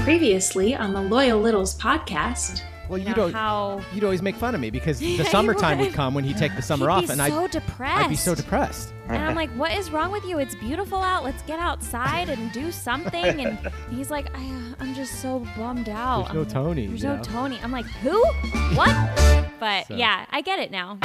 previously on the Loyal Littles podcast. Well, you, know, don't. how You'd always make fun of me because Yeah, the you summertime would. would come when he'd take the summer he'd off, be and so I'd, depressed. I'd be so depressed. And I'm like, what is wrong with you? It's beautiful out. Let's get outside and do something. And he's like, I, uh, I'm just so bummed out. There's no I'm like, Tony, There's you no know? Tony. I'm like, who? What? But So- yeah, I get it now.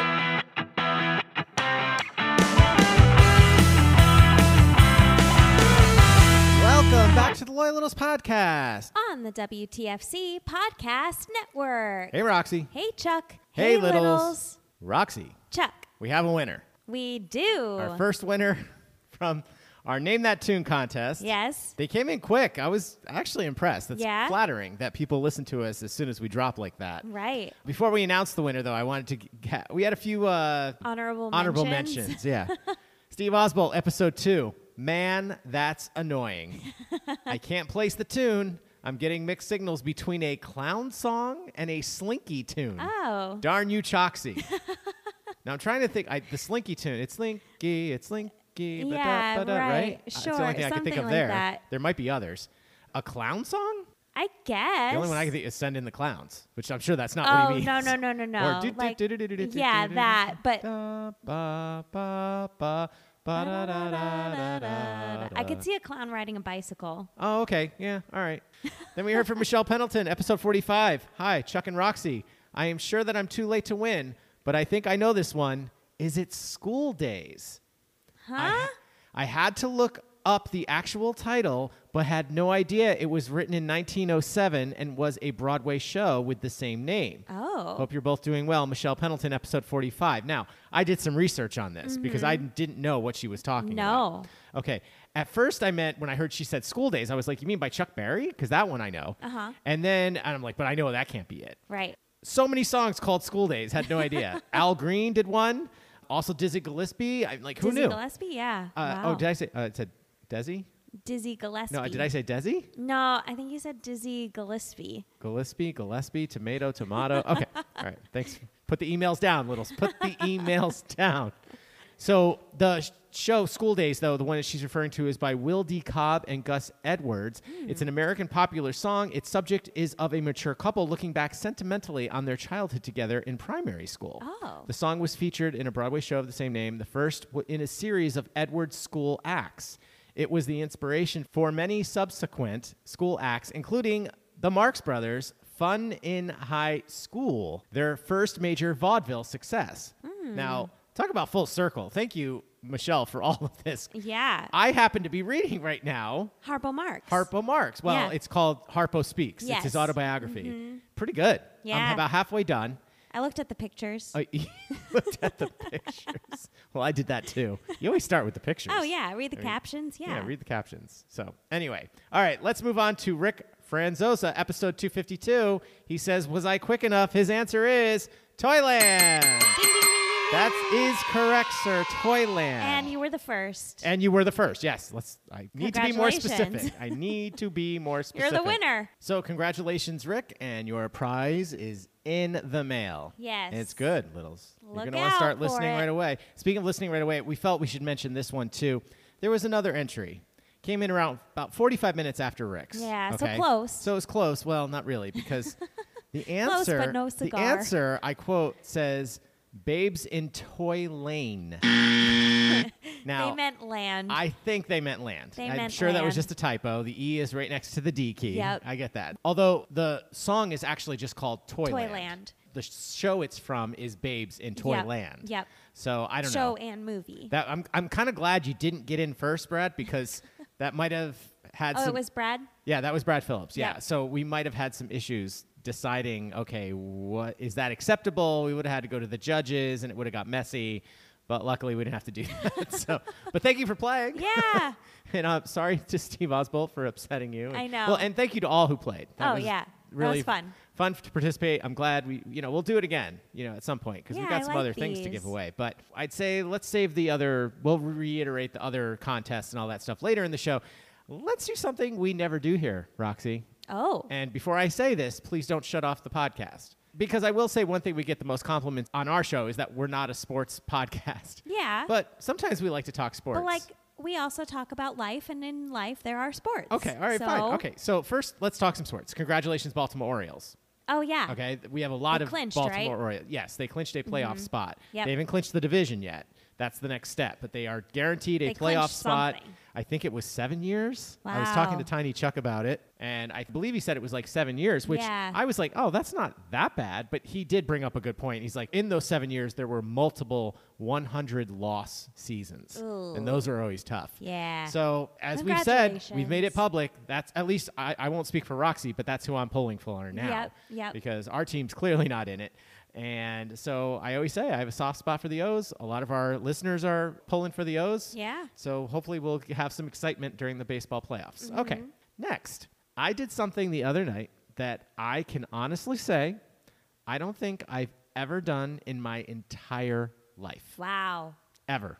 Welcome back to the Loyal Littles podcast. On the WTFC Podcast Network. Hey, Roxy. Hey, Chuck. Hey, Littles. Roxy, Chuck, we have a winner. we do. Our first winner from our Name That Tune contest. yes. They came in quick. I was actually impressed. That's Yeah? Mm. flattering that people listen to us as soon as we drop like that. Right. Before we announced the winner, though, I wanted to g- ha- we had a few uh, Honorable honorable mentions. mentions. Yeah, Steve Oswald, episode two. Man, that's annoying. I can't place the tune. I'm getting mixed signals between a clown song and a slinky tune. Oh. Darn you, Choxy. now I'm trying to think. I, the slinky tune. It's slinky. It's slinky. ba-da, Yeah, ba-da, right. right. It's the Sure, only thing I can think something of like there. that. There might be others. A clown song. I guess. The only one I can think is "Send in the Clowns," which I'm sure that's not what Oh he means. no no no no no! Or do- do- Like, do- do- do- do- do- do- yeah, do- do- that. But da, ba, ba, ba, ba, da, da, da, da, da, I could da. see a clown riding a bicycle. Oh, okay. Yeah. All right. then we heard from Michelle Pendleton, episode 45. Hi, Chuck and Roxy. I am sure that I'm too late to win, but I think I know this one. Is it school days? I, Huh? ha- I had to look up the actual title, but had no idea it was written in 1907 and was a Broadway show with the same name. Oh. Hope you're both doing well. Michelle Pendleton, episode 45. Now, I did some research on this because Mm-hmm. I didn't know what she was talking about. No. Okay. At first, I meant when I heard she said school days, I was like, you mean by Chuck Berry? Because that one I know. Uh-huh. And then and I'm like, but I know that can't be it. Right. So many songs called school days, had no idea. Al Green did one. Also, Dizzy Gillespie. I'm like, who Dizzy knew? Gillespie, yeah. Uh, wow. Oh, did I say? Uh, it said Desi? Dizzy Gillespie. No, uh, did I say Desi? No, I think you said Dizzy Gillespie. Gillespie, Gillespie, tomato, tomato. Okay. All right. Thanks. Put the emails down, littles. Put the emails down. So the sh- show School Days, though, the one that she's referring to is by Will D. Cobb and Gus Edwards. It's an American popular song. Its subject is of a mature couple looking back sentimentally on their childhood together in primary school. Oh. The song was featured in a Broadway show of the same name, the first w- in a series of Edwards school acts. It was the inspiration for many subsequent school acts, including the Marx Brothers' Fun in High School, their first major vaudeville success. Hmm. Now, talk about full circle. Thank you, Michelle, for all of this. Yeah. I happen to be reading right now Harpo Marx. Harpo Marx. Well, Yeah. it's called Harpo Speaks. It's his Yes. Mm-hmm. autobiography. Pretty good. I'm Yeah. about halfway done. I looked at the pictures. Oh, you looked at the pictures. Well, I did that too. You always start with the pictures. oh yeah. Read the I mean, captions. Yeah. Yeah, read the captions. So, anyway, all right, let's move on to Rick Franzosa, episode 252. He says, Was I quick enough? His answer is Toyland. Ding, ding, ding, ding, ding. that is correct, sir. Toyland. And you were the first. And you were the first. Yes. Let's. I need to be more Congratulations. specific. I need to be more You're specific. the winner. So congratulations, Rick, and your prize is in the mail. Yes. it's good, littles. You're Look gonna wanna out start for listening it. right away. Speaking of listening right away, we felt we should mention this one too. There was another entry. Came in around about 45 minutes after Rick's. Yeah, so close. So it was close. Well, not really, because the Close, but answer, no the cigar. answer, I quote, says, "Babes in Toy Lane." now, they meant land. I think they meant land. They I'm meant sure that was land. just a typo. The E is right next to the D key. Yep. I get that. Although the song is actually just called Toyland. Toyland. The show it's from is Babes in Toyland. Yep. So I don't Show know. and movie. That I'm I'm kind of glad you didn't get in first, Brad, because that might have had oh, some it was Brad. Yeah, that was Brad Phillips. Yeah. Yep. So we might have had some issues deciding, okay, what is that acceptable? We would have had to go to the judges and it would have got messy. But luckily we didn't have to do that. so but thank you for playing. Yeah. And I'm sorry to Steve Osbold for upsetting you. I And- know. Well, and thank you to all who played. Oh, yeah. That was really fun. Fun to participate. I'm glad we, you know, we'll do it again, you know, at some point because we Yeah, got I some like other things to give these. away. But I'd say let's save the other. We'll reiterate the other contests and all that stuff later in the show. Let's do something we never do here, Roxy. oh. And before I say this, please don't shut off the podcast. Because I will say one thing we get the most compliments on our show is that we're not a sports podcast. yeah. But sometimes we like to talk sports. But like we also talk about life, and in life there are sports. Okay, all right, so, fine. Okay, so first let's talk some sports. Congratulations, Baltimore Orioles. Oh yeah. Okay, th- we have a lot They of clinched, Baltimore right? Mm-hmm. Orioles. Yes, they clinched a playoff spot. Yep. They haven't clinched the division yet. That's the next step, but they are guaranteed a They playoff clinched spot. something. I think it was seven years. I was talking to Wow. Tiny Chuck about it, and I believe he said it was like seven years, which Yeah. I was like, oh, that's not that bad. But he did bring up a good point. He's like, in those seven years, there were multiple 100 loss seasons, and Ooh. those are always tough. Yeah. So as we've said, we've made it Congratulations. public. That's at least I, I won't speak for Roxy, but that's who I'm pulling for now Yep, yep. because our team's clearly not in it. And so I always say I have a soft spot for the O's. A lot of our listeners are pulling for the O's. Yeah. So hopefully we'll have some excitement during the baseball playoffs. Mm-hmm. Okay. Next, I did something the other night that I can honestly say I don't think I've ever done in my entire life. Wow. Ever.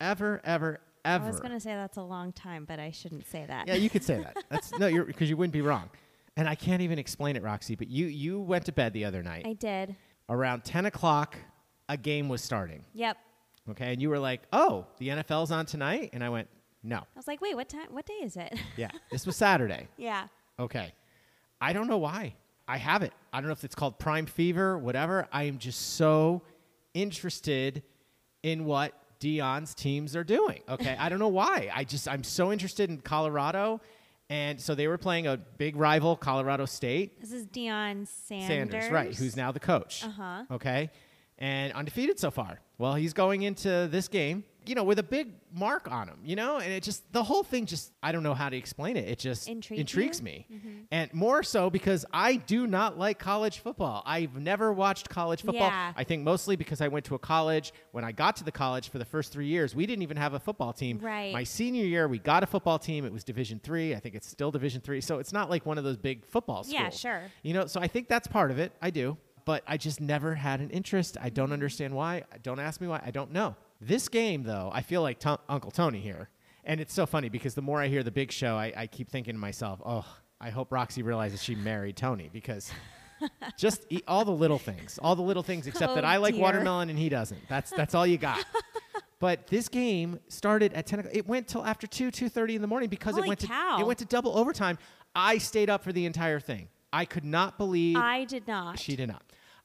Ever, ever, ever. I was gonna say that's a long time, but I shouldn't say that. Yeah, you could say that. That's no, you're because you wouldn't be wrong. And I can't even explain it, Roxy. But you you went to bed the other night I did. around ten o'clock. A game was starting. Yep. Okay, and you were like, "Oh, the NFL's on tonight," and I went, "No, I was like, wait, what time? What day is it? yeah, this was Saturday." yeah. Okay, I don't know why I have it. I don't know if it's called Prime Fever, whatever. I am just so interested in what Dion's teams are doing. Okay, I don't know why. I just I'm so interested in Colorado, and so they were playing a big rival, Colorado State. This is Dion Sanders. Sanders, right, who's now the coach. Uh-huh. Okay. And undefeated so far. Well, he's going into this game, you know, with a big mark on him, you know, and it just the whole thing just I don't know how to explain it. It just Intrigue intrigues you? Mm-hmm. me. And more so because I do not like college football. I've never watched college football. Yeah. I think mostly because I went to a college. When I got to the college for the first 3 years, we didn't even have a football team. Right. My senior year, we got a football team. It was Division 3. I think it's still Division 3. So it's not like one of those big football schools. Yeah, sure. You know, so I think that's part of it. I do. But I just never had an interest. I Mm-hmm. don't understand why. Don't ask me why. I don't know. This game, though, I feel like Tom- Uncle Tony here. And it's so funny because the more I hear the big show, I, I keep thinking to myself, oh, I hope Roxy realizes she married Tony because just eat all the little things, all the little things, except that Oh, I like dear. watermelon and he doesn't. That's, that's all you got. But this game started at 10 o'clock. It went till after 2, 2.30 in the morning because it Holy went cow. to it went to double overtime. I stayed up for the entire thing. I could not believe I did not. she did not.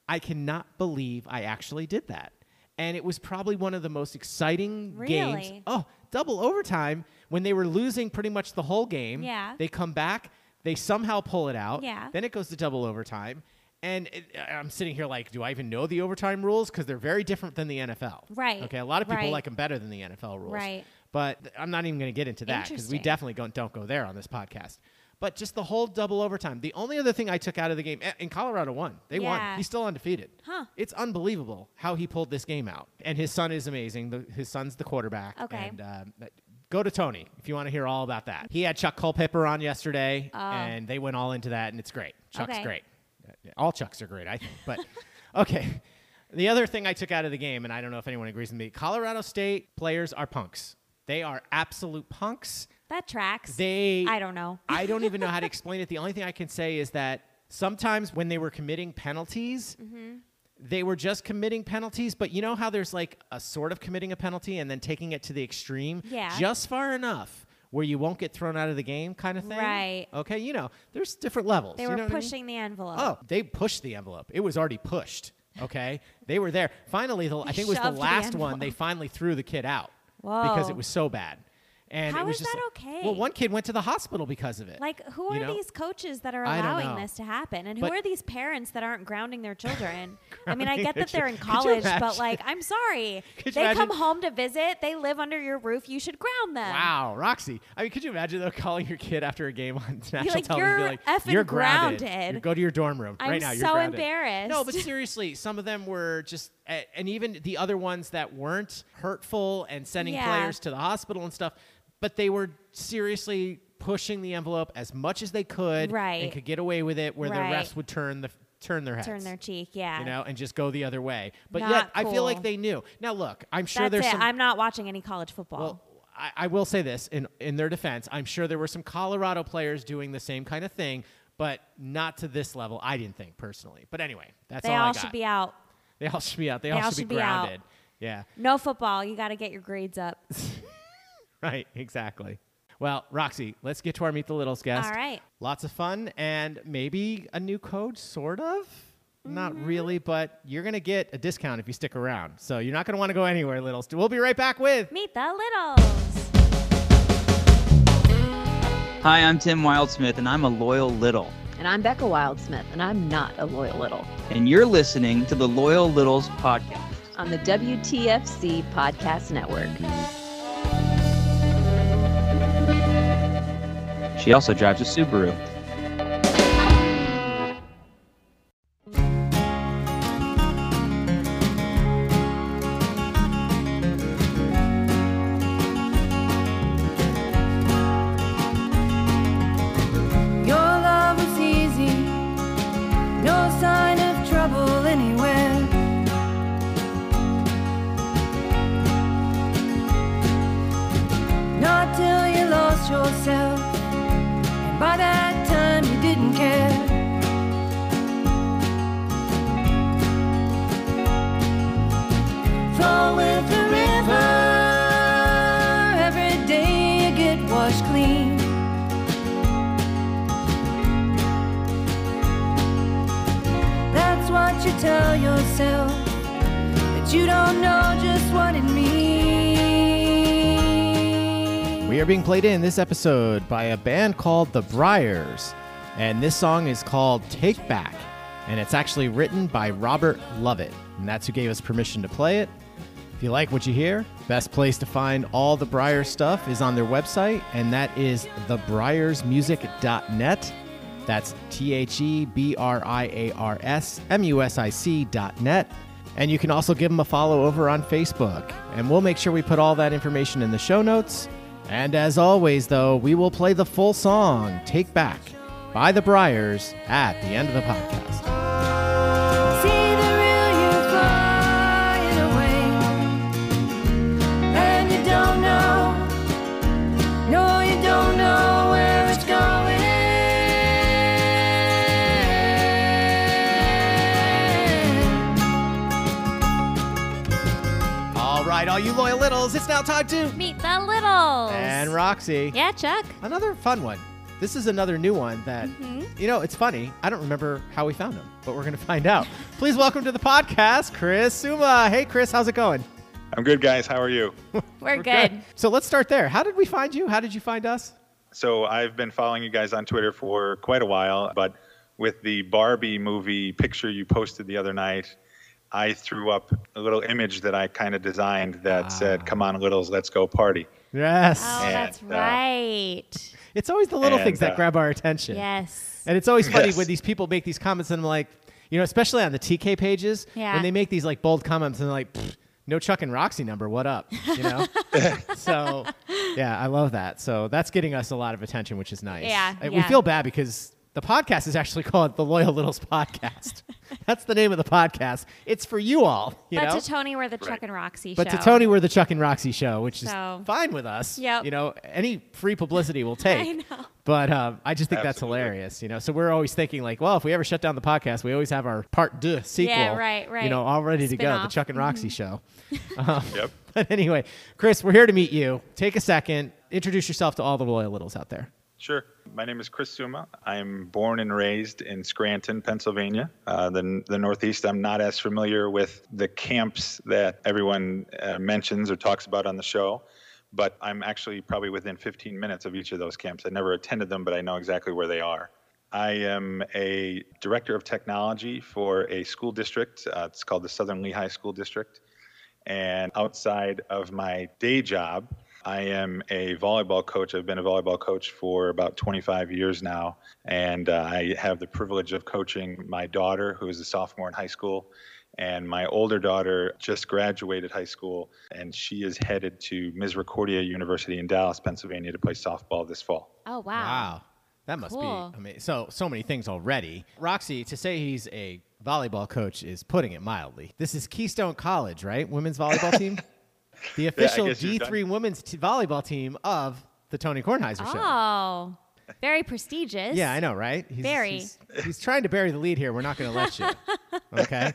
I cannot believe I actually did that. And it was probably one of the most exciting games. Really? Oh, double overtime when they were losing pretty much the whole game. Yeah. They come back, they somehow pull it out. Yeah. Then it goes to double overtime. And it, I- I'm sitting here like, do I even know the overtime rules? Because they're very different than the NFL. Right, Okay. A lot of people right. like them better than the NFL rules. Right. But th- I'm not even going to get into that because we Interesting. definitely don't, don't go there on this podcast. But just the whole double overtime. The only other thing I took out of the game, a- and Colorado won. They won. Yeah. He's still undefeated. Huh. It's unbelievable how he pulled this game out. And his son is amazing. The, his son's the quarterback. Okay. And um, that- go to Tony if you want to hear all about that. He had Chuck Culpepper on yesterday, Oh. and they went all into that, and it's great. Chuck's Okay. great. Uh, yeah, All Chucks are great, I think. But okay. The other thing I took out of the game, and I don't know if anyone agrees with me, Colorado State players are punks. They are absolute punks. That tracks. They I don't know. I don't even know how to explain it. The only thing I can say is that sometimes when they were committing penalties, Mm-hmm. they were just committing penalties, but you know how there's like a sort of committing a penalty and then taking it to the extreme? Yeah. Just far enough where you won't get thrown out of the game kind of thing. Right. Okay, you know, there's different levels. They you were know what I mean? pushing the envelope. Oh, they pushed the envelope. It was already pushed. Okay, they were there. Finally, the, I think it was the shoved the last one. envelope. They finally threw the kid out because Whoa. it was so bad. And it How was is just that like- okay? Well, one kid went to the hospital because of it. Like, who are you know? these coaches that are I don't allowing know. this to happen? And But- who are these parents that aren't grounding their children? I mean, I get their that they're in chil- Could you college, but imagine? like, I'm sorry. Could you they come imagine? home to visit, they live under your roof. You should ground them. Wow, Roxy. I mean, could you imagine though calling your kid after a game on national like, television? be "You're like, effing you're grounded. grounded." You go to your dorm room I'm right now. You're so grounded." embarrassed. No, but seriously, some of them were just, a- and even the other ones that weren't hurtful and sending Yeah. players to the hospital and stuff, but they were seriously pushing the envelope as much as they could and Right. could get away with it, where Right. the refs would turn the turn their heads Turn their cheek. Yeah. you know, and just go the other way. But Not yet, I feel like cool. they knew. Now, look, I'm sure That's there's it. some. I'm not watching any college football. Well, I, I will say this in, in their defense, I'm sure there were some Colorado players doing the same kind of thing, but not to this level, I didn't think personally. But anyway, that's they all, all I got. should be out. they all should be out. They, all should be out. grounded. Yeah. No football. You got to get your grades up. Right, exactly. Well, Roxy, let's get to our Meet the Littles guest. All right. Lots of fun and maybe a new code, sort of. Not Mm-hmm. really, but you're going to get a discount if you stick around. So you're not going to want to go anywhere, Littles. We'll be right back with. Meet the Littles. Hi, I'm Tim Wildsmith, and I'm a loyal little. And I'm Becca Wildsmith, and I'm not a loyal little. And you're listening to the Loyal Littles podcast. On the WTFC Podcast Network. She also drives a Subaru. Your love was easy, no sign of trouble anywhere. Not till you lost yourself, and by that time you didn't care. Flow with the river, every day you get washed clean. That's what you tell yourself, but you don't know just what it means. We are being played in this episode by a band called The Briars. And this song is called Take Back. And it's actually written by Robert Lovett. And that's who gave us permission to play it. If you like what you hear, best place to find all the Briar stuff is on their website, and that is thebriarsmusic.net. That's T H E B R I A R S M U S I C dot net. And you can also give them a follow over on Facebook. And we'll make sure we put all that information in the show notes. And as always, though, we will play the full song, Take Back, by the Briars, at the end of the podcast. See the real you flying away, and you don't know, no, you don't know where it's going. All right, all you loyal littles, it's now time to. Meet the Littles. And Roxy. Yeah, Chuck. Another fun one. This is another new one that, you know, it's funny. I don't remember how we found him, but we're going to find out. Please welcome to the podcast, Chris Suma. Hey, Chris, how's it going? I'm good, guys. How are you? We're, We're good. So let's start there. How did we find you? How did you find us? So I've been following you guys on Twitter for quite a while, but with the Barbie movie picture you posted the other night, I threw up a little image that I kind of designed that said, "Come on, littles, let's go party." Yes. Oh, And, that's uh, right. It's always the little And, things that uh, grab our attention. Yes. And it's always funny Yes. when these people make these comments and I'm like, you know, especially on the TK pages, Yeah. when they make these like bold comments and they're like, "Pfft, no Chuck and Roxy number, what up? You know? so, yeah, I love that. So that's getting us a lot of attention, which is nice. Yeah, And We yeah. feel bad because the podcast is actually called The Loyal Littles Podcast. that's the name of the podcast. It's for you all, you but know? to Tony, we're the Chuck and Roxy but show. to Tony, we're the Chuck and Roxy show, which is So- fine with us. Yep. You know, any free publicity we'll take. I know. But um, I just think that's Absolutely. hilarious, you know. So we're always thinking like, well, if we ever shut down the podcast, we always have our part deux sequel, right, You right. know, all ready to go, the Spin-off. Mm-hmm. Chuck and Roxy show. Yep. But anyway, Chris, we're here to meet you. Take a second, introduce yourself to all the loyal littles out there. Sure. My name is Chris Suma. I'm born and raised in Scranton, Pennsylvania, uh, the, the Northeast. I'm not as familiar with the camps that everyone uh, mentions or talks about on the show, but I'm actually probably within 15 minutes of each of those camps. I never attended them, but I know exactly where they are. I am a director of technology for a school district. Uh, it's called the Southern Lehigh School District. And outside of my day job, I am a volleyball coach. I've been a volleyball coach for about 25 years now. And uh, I have the privilege of coaching my daughter, who is a sophomore in high school. And my older daughter just graduated high school, and she is headed to Misericordia University in Dallas, Pennsylvania to play softball this fall. oh, wow. That must Cool. be I mean, so so many things already. Roxy, to say he's a volleyball coach is putting it mildly. This is Keystone College, right? Women's volleyball team. The official guess you're D3 women's t- volleyball team of the Tony Kornheiser show. Oh, very prestigious. Yeah, I know, right? He's, Very. He's, he's trying to bury the lead here. We're not going to let you. Okay.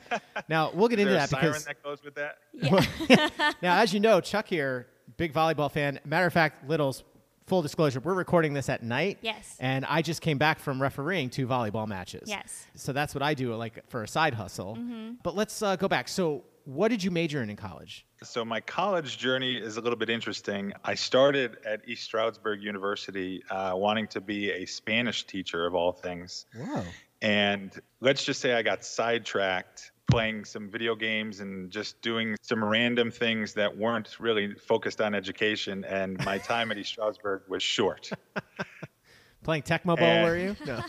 Now we'll get Is into there a that siren because that goes with that? now, as you know, Chuck here big volleyball fan. Matter of fact, Littles, full disclosure, we're recording this at night. Yes. And I just came back from refereeing two volleyball matches. Yes. Mm-hmm. So that's what I do, like for a side hustle. But let's uh, go back. So, what did you major in in college? So my college journey is a little bit interesting. I started at East Stroudsburg University, uh, wanting to be a Spanish teacher of all things. Whoa. And let's just say I got sidetracked playing some video games and just doing some random things that weren't really focused on education. And my time at East Stroudsburg was short. Playing Tecmo Bowl, Eh. were you? No.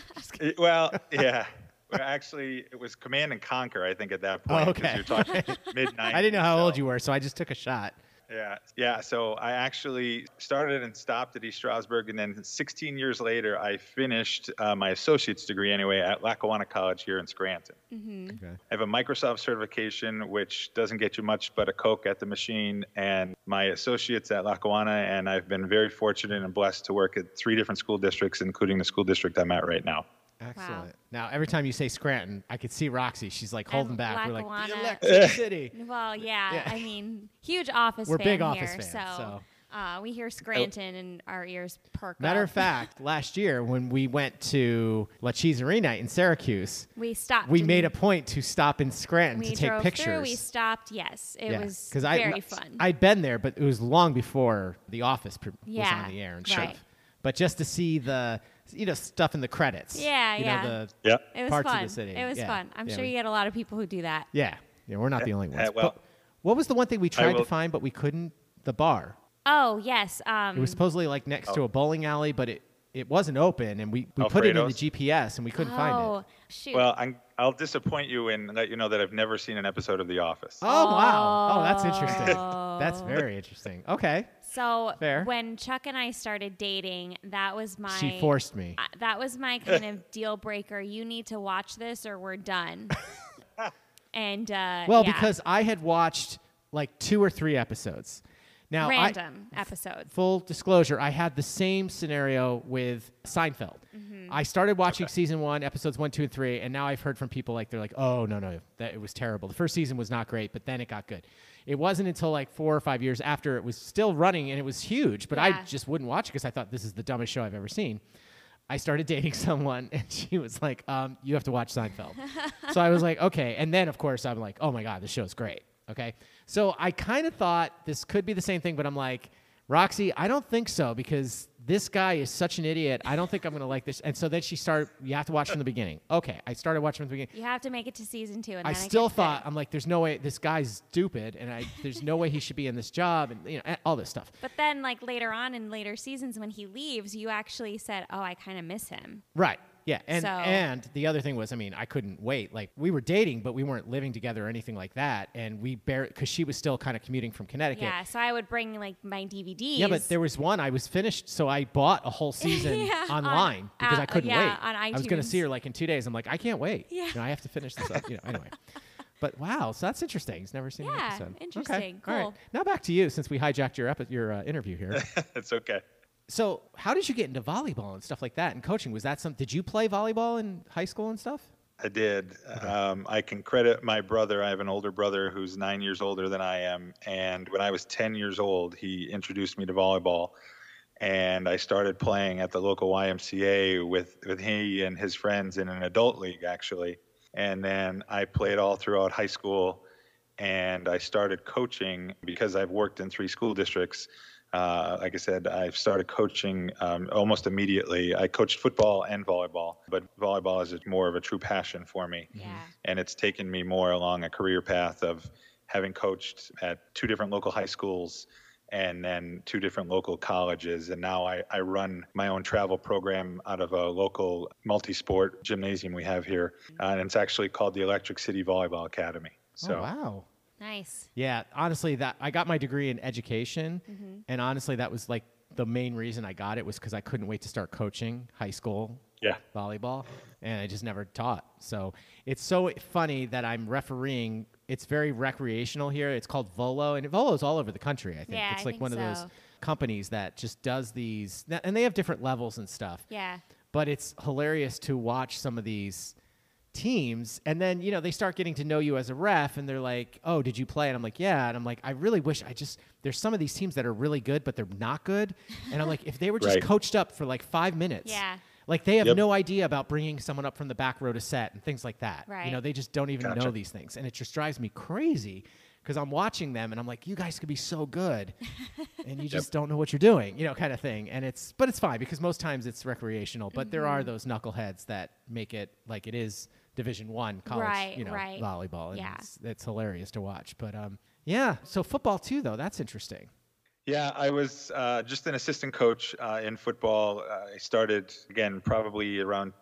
It- well, yeah. Well, Actually, it was Command and Conquer, I think, at that point. 'cause okay. You're talking mid 90s. I didn't know how old you were, so I just took a shot. Yeah, yeah. So I actually started and stopped at East Stroudsburg, and then 16 years later, I finished uh, my associate's degree anyway at Lackawanna College here in Scranton. Okay. I have a Microsoft certification, which doesn't get you much but a Coke at the machine, and my associate's at Lackawanna, and I've been very fortunate and blessed to work at three different school districts, including the school district I'm at right now. Excellent. Now, every time you say Scranton, I could see Roxy. She's like holding And back. We're like, the Lackawanna. Electric City. Well, yeah, Yeah. I mean, huge office. We're fan big Office here, fans, so. Oh. Uh, we hear Scranton and our ears perk Matter up. of fact, last year when we went to La Cheeserie night in Syracuse, we stopped. we and made a point to stop in Scranton We to take drove pictures. through. We stopped. Yes, it Yeah, was 'cause very I, fun. I'd been there, but it was long before The Office pr- Yeah, was on the air and right. stuff. But just to see the you know stuff in the credits. Yeah, you yeah. Know, the Yeah. it was parts fun. of the city. It was Yeah, fun. I'm yeah, sure we- you had a lot of people who do that. Yeah, yeah. We're not the only ones. uh, well- But what was the one thing we tried to will- find but we couldn't? The bar. Oh yes. Um, It was supposedly like next Oh. to a bowling alley, but it, it wasn't open, and we, we put it in the Alfredo's? GPS and we couldn't oh, find it. shoot. Well, I'm, I'll disappoint you and let you know that I've never seen an episode of The Office. Oh, wow. Oh, that's interesting. That's Oh. very interesting. Okay. so fair. when Chuck and I started dating, that was my She forced me. I- that was my kind of deal breaker. You need to watch this or we're done. and uh, Well, yeah, because I had watched like two or three episodes. Now, I- random episodes. full disclosure, I had the same scenario with Seinfeld. Mm-hmm. I started watching season one, episodes one, two, and three, and now I've heard from people like they're like, "Oh no, no, that it was terrible. The first season was not great, but then it got good." It wasn't until like four or five years after it was still running and it was huge, but I Yeah. just wouldn't watch it because I thought this is the dumbest show I've ever seen. I started dating someone and she was like, um, "You have to watch Seinfeld." so I was like, "Okay," and then of course I'm like, "Oh my god, this show's great." Okay, so I kind of thought this could be the same thing, but I'm like, Roxy, I don't think so because this guy is such an idiot. I don't think I'm gonna like this. And so then she started. You have to watch from the beginning. Okay, I started watching from the beginning. You have to make it to season two. And I then it still gets better. thought I'm like, there's no way this guy's stupid, and I there's no way he should be in this job, and you know and all this stuff. But then, like later on in later seasons, when he leaves, you actually said, "Oh, I kind of miss him." Right. Yeah. And So- and the other thing was, I mean, I couldn't wait. Like we were dating, but we weren't living together or anything like that. And we barely because she was still kind of commuting from Connecticut. Yeah. So I would bring like my DVDs. Yeah, but there was one I was finished, so I bought a whole season Yeah, on- online because uh, I couldn't yeah, wait. on I was going to see iTunes. her like in two days. I'm like, I can't wait. Yeah. You know, I have to finish this up. You know, anyway. But wow, so that's interesting. He's never seen an Yeah, episode. Okay, interesting. all right. Cool. Now back to you, since we hijacked your epi- your uh, interview here. it's okay. so, how did you get into volleyball and stuff like that and coaching? Was that some? Did you play volleyball in high school and stuff? I did. Um, I can credit my brother. I have an older brother who's nine years older than I am. And when I was 10 years old, he introduced me to volleyball. And I started playing at the local YMCA with, with he and his friends in an adult league, actually. And then I played all throughout high school. And I started coaching because I've worked in three school districts. Uh, like I said, I've started coaching um, almost immediately. I coached football and volleyball, but volleyball is a, more of a true passion for me. Yeah. And it's taken me more along a career path of having coached at two different local high schools and then two different local colleges. And now I, I run my own travel program out of a local multi sport gymnasium we have here. Uh, and it's actually called the Electric City Volleyball Academy. So oh wow. Nice. Yeah, honestly, that I got my degree in education, Mm-hmm. and honestly, that was like the main reason I got it was because I couldn't wait to start coaching high school Yeah. volleyball, and I just never taught. So it's so funny that I'm refereeing. It's very recreational here. It's called Volo, and Volo's all over the country. I think Yeah, it's I like think one of those so. companies that just does these, and they have different levels and stuff Yeah. but it's hilarious to watch some of these teams and then you know they start getting to know you as a ref and they're like oh did you play and i'm like yeah and i'm like i really wish i just there's some of these teams that are really good but they're not good and i'm like if they were just Right. coached up for like five minutes Yeah. like they have Yep. no idea about bringing someone up from the back row to set and things like that you know Right. they just don't even know Gotcha. these things and it just drives me crazy because i'm watching them and i'm like you guys could be so good and you just don't know what you're doing, you know, kind of thing. And it's, but it's fine because most times it's recreational. But there Mm-hmm. are those knuckleheads that make it like it is Division One college, Right, you know, right. volleyball. And Yeah. it's, it's hilarious to watch. But um, yeah. So football too, though. That's interesting. Yeah, I was uh, just an assistant coach uh, in football. Uh, I started, again, probably around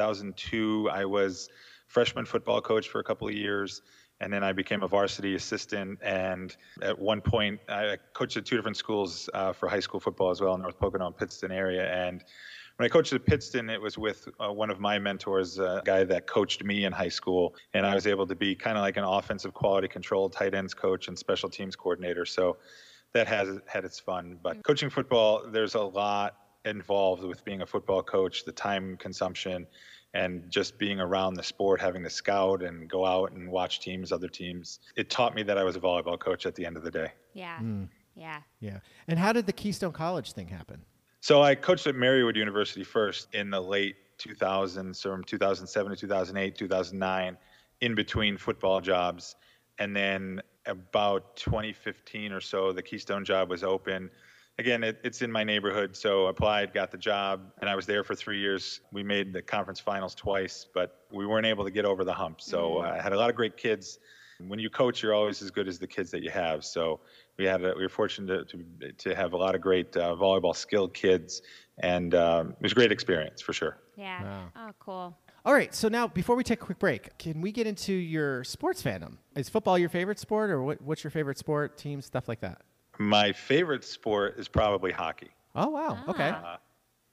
2002. I was freshman football coach for a couple of years, and then I became a varsity assistant. And at one point, I coached at two different schools uh, for high school football as well, in North Pocono and Pittston area. And when I coached at Pittston, it was with uh, one of my mentors, a guy that coached me in high school, and I was able to be kind of like an offensive quality control, tight ends coach, and special teams coordinator. So that has had its fun. But coaching football, there's a lot involved with being a football coach, the time consumption, and just being around the sport, having to scout and go out and watch teams, other teams. It taught me that I was a volleyball coach at the end of the day. Yeah. Mm. Yeah. Yeah. And how did the Keystone College thing happen? So I coached at Marywood University first in the late 2000s, so from 2007 to 2008, 2009, in between football jobs. And then about 2015 or so, the Keystone job was open. Again, it, it's in my neighborhood, so applied, got the job, and I was there for three years. We made the conference finals twice, but we weren't able to get over the hump. So uh, I had a lot of great kids when you coach, you're always as good as the kids that you have. So we had a, we were fortunate to, to, to have a lot of great uh, volleyball skilled kids, and um, it was a great experience for sure. Yeah. Wow. Oh, cool. All right. So now, before we take a quick break, can we get into your sports fandom? Is football your favorite sport, or what, what's your favorite sport, team, stuff like that? My favorite sport is probably hockey. Oh wow. Okay. Ah.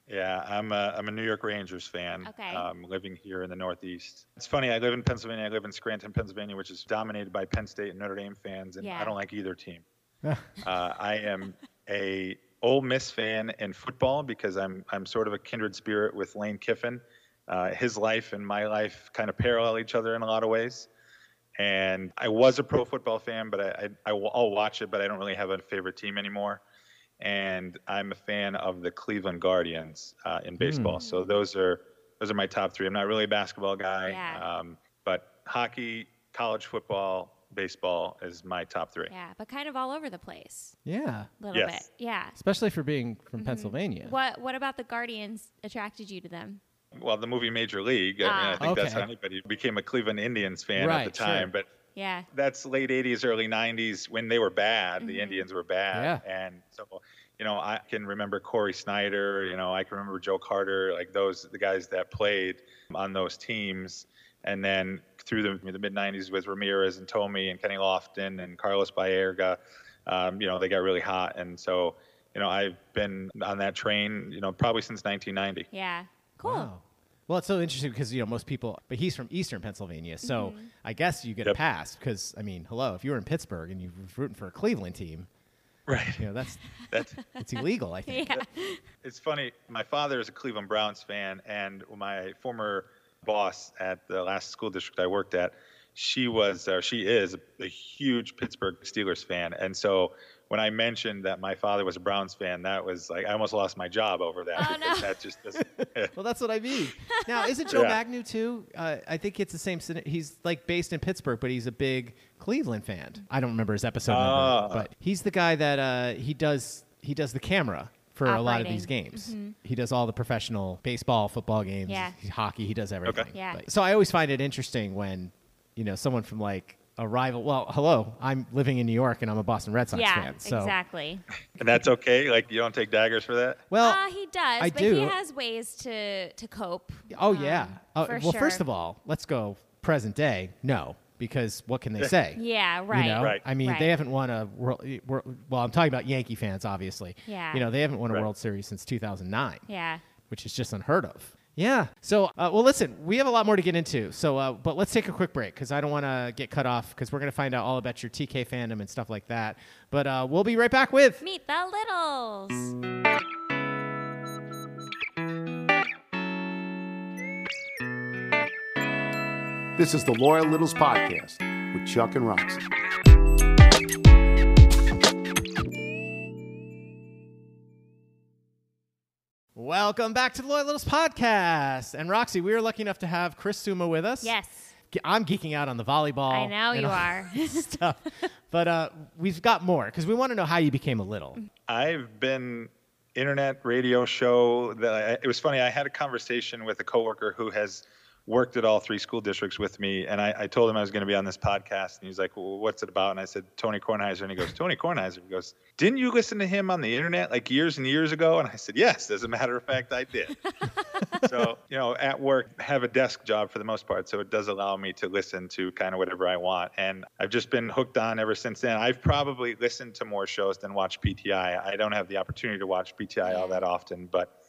Yeah, I'm a, I'm a New York Rangers fan. Okay. Um, living here in the Northeast. It's funny, I live in Pennsylvania. I live in Scranton, Pennsylvania, which is dominated by Penn State and Notre Dame fans, and Yeah. I don't like either team. uh, I am a Ole Miss fan in football because I'm I'm sort of a kindred spirit with Lane Kiffin. Uh, his life and my life kind of parallel each other in a lot of ways. And I was a pro football fan, but I, I, I will, I'll watch it, but I don't really have a favorite team anymore. And I'm a fan of the Cleveland Guardians uh, in baseball. Hmm. So those are those are my top three. I'm not really a basketball guy, Yeah. um, but hockey, college football, baseball is my top three. Yeah, but kind of all over the place Yeah. a little Yes. bit. Yeah. Especially for being from Mm-hmm. Pennsylvania. What What about the Guardians attracted you to them? Well, the movie Major League. I, mean, I Ah. think that's Okay. how anybody became a Cleveland Indians fan at the Right, sure. time. But Yeah. that's late 80s, early 90s when they were bad. The Indians were bad. And so, you know, I can remember Corey Snyder. You know, I can remember Joe Carter, like those, the guys that played on those teams. And then through the, the mid 90s with Ramirez and Tomey and Kenny Lofton and Carlos Baerga, um, you know, they got really hot. And so, you know, I've been on that train, you know, probably since 1990. Yeah. Cool. Wow. Well, it's so interesting because you know most people, but he's from Eastern Pennsylvania, so I guess you get a Yep. pass because I mean, hello, if you were in Pittsburgh and you were rooting for a Cleveland team, Right. you know that's That's. it's illegal, I think. Yeah. It's funny. My father is a Cleveland Browns fan, and my former boss at the last school district I worked at, she was or she is a huge Pittsburgh Steelers fan, and so when I mentioned that my father was a Browns fan, that was like I almost lost my job over that Oh, because no. that just doesn't. Well, that's what I mean. Now, isn't Joe Yeah. Magnu too? Uh, I think it's the same. syn- He's like based in Pittsburgh, but he's a big Cleveland fan. I don't remember his episode Ah. number, but he's the guy that uh, he does he does the camera for a lot of Operating. Mm-hmm. these games. He does all the professional baseball, football games, Yeah. hockey. He does everything. Yeah. But- so I always find it interesting when you know someone from like a rival. Well, hello, I'm living in New York and I'm a Boston Red Sox Yeah. fan. So Exactly. and that's okay. Like you don't take daggers for that. well, uh, he does, I but do. he has ways to to cope. Oh yeah. Oh, Um, for well, first sure. of all, let's go present day. No, because what can they say? Yeah. You Right. know? Right. I mean, Right. they haven't won a world, world. Well, I'm talking about Yankee fans, obviously. Yeah. You know, they haven't won a Right. World Series since 2009, Yeah. which is just unheard of. Yeah. So, uh, well, listen, we have a lot more to get into. So, uh, but let's take a quick break because I don't want to get cut off because we're going to find out all about your TK fandom and stuff like that. But uh, we'll be right back with Meet the Littles. This is the Loyal Littles Podcast with Chuck and Roxy. Welcome back to the Loyal Littles podcast. And Roxy, we are lucky enough to have Chris Suma with us. Yes. Ge- I'm geeking out on the volleyball. I know and you all are. that stuff. But uh, we've got more because we want to know how you became a little. I've been internet radio show. That I, it was funny. I had a conversation with a coworker who has worked at all three school districts with me, and I, I told him I was going to be on this podcast, and he's like, "Well, what's it about?" And I said, "Tony Kornheiser," and he goes, "Tony Kornheiser." He goes, "Didn't you listen to him on the internet like years and years ago?" And I said, "Yes, as a matter of fact, I did." so you know at work have a desk job for the most part so it does allow me to listen to kind of whatever i want and i've just been hooked on ever since then i've probably listened to more shows than watched pti i don't have the opportunity to watch pti all that often but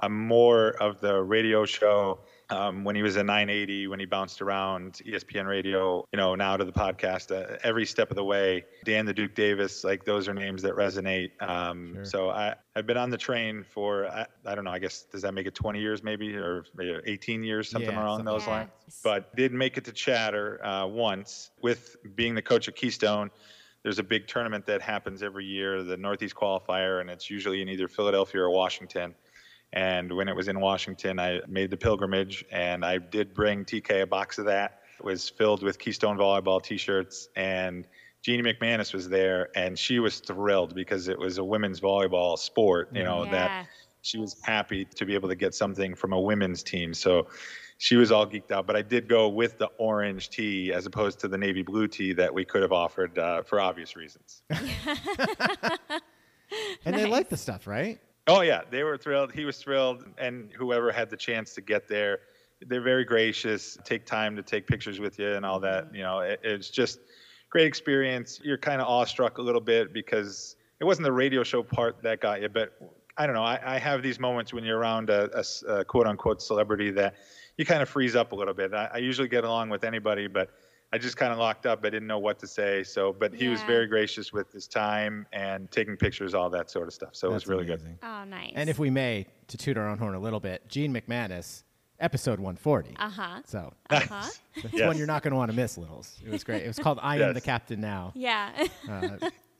i'm more of the radio show um, when he was a 980 when he bounced around E espn radio you know now to the podcast uh, every step of the way dan the duke davis like those are names that resonate um, Sure. so I, i've been on the train for I, I don't know i guess does that make it 20 years maybe or maybe 18 years something Yeah, along something those Yeah. lines but did make it to chatter uh, once with being the coach at keystone there's a big tournament that happens every year the northeast qualifier and it's usually in either philadelphia or washington and when it was in Washington, I made the pilgrimage and I did bring TK a box of that. It was filled with Keystone Volleyball t shirts. And Jeannie McManus was there and she was thrilled because it was a women's volleyball sport, you know, that she was happy to be able to get something from a women's team. So she was all geeked out. But I did go with the orange tea as opposed to the navy blue tea that we could have offered uh, for obvious reasons. And they like the stuff, right? Oh yeah, they were thrilled. He was thrilled, and whoever had the chance to get there, they're very gracious. Take time to take pictures with you and all that. You know, it, it's just great experience. You're kind of awestruck a little bit because it wasn't the radio show part that got you, but I don't know. I, I have these moments when you're around a, a s- a quote unquote celebrity that you kind of freeze up a little bit. I, I usually get along with anybody, but I just kind of locked up. I didn't know what to say. So, but he was Yeah. very gracious with his time and taking pictures, all that sort of stuff. So it was really good. Oh, nice. And if we may, to toot our own horn a little bit, Gene McManus, episode 140. uh huh. So Uh-huh. that's Yes. one you're not going to want to miss, Littles. It was great. It was called I Am Yes. the Captain Now. Yeah.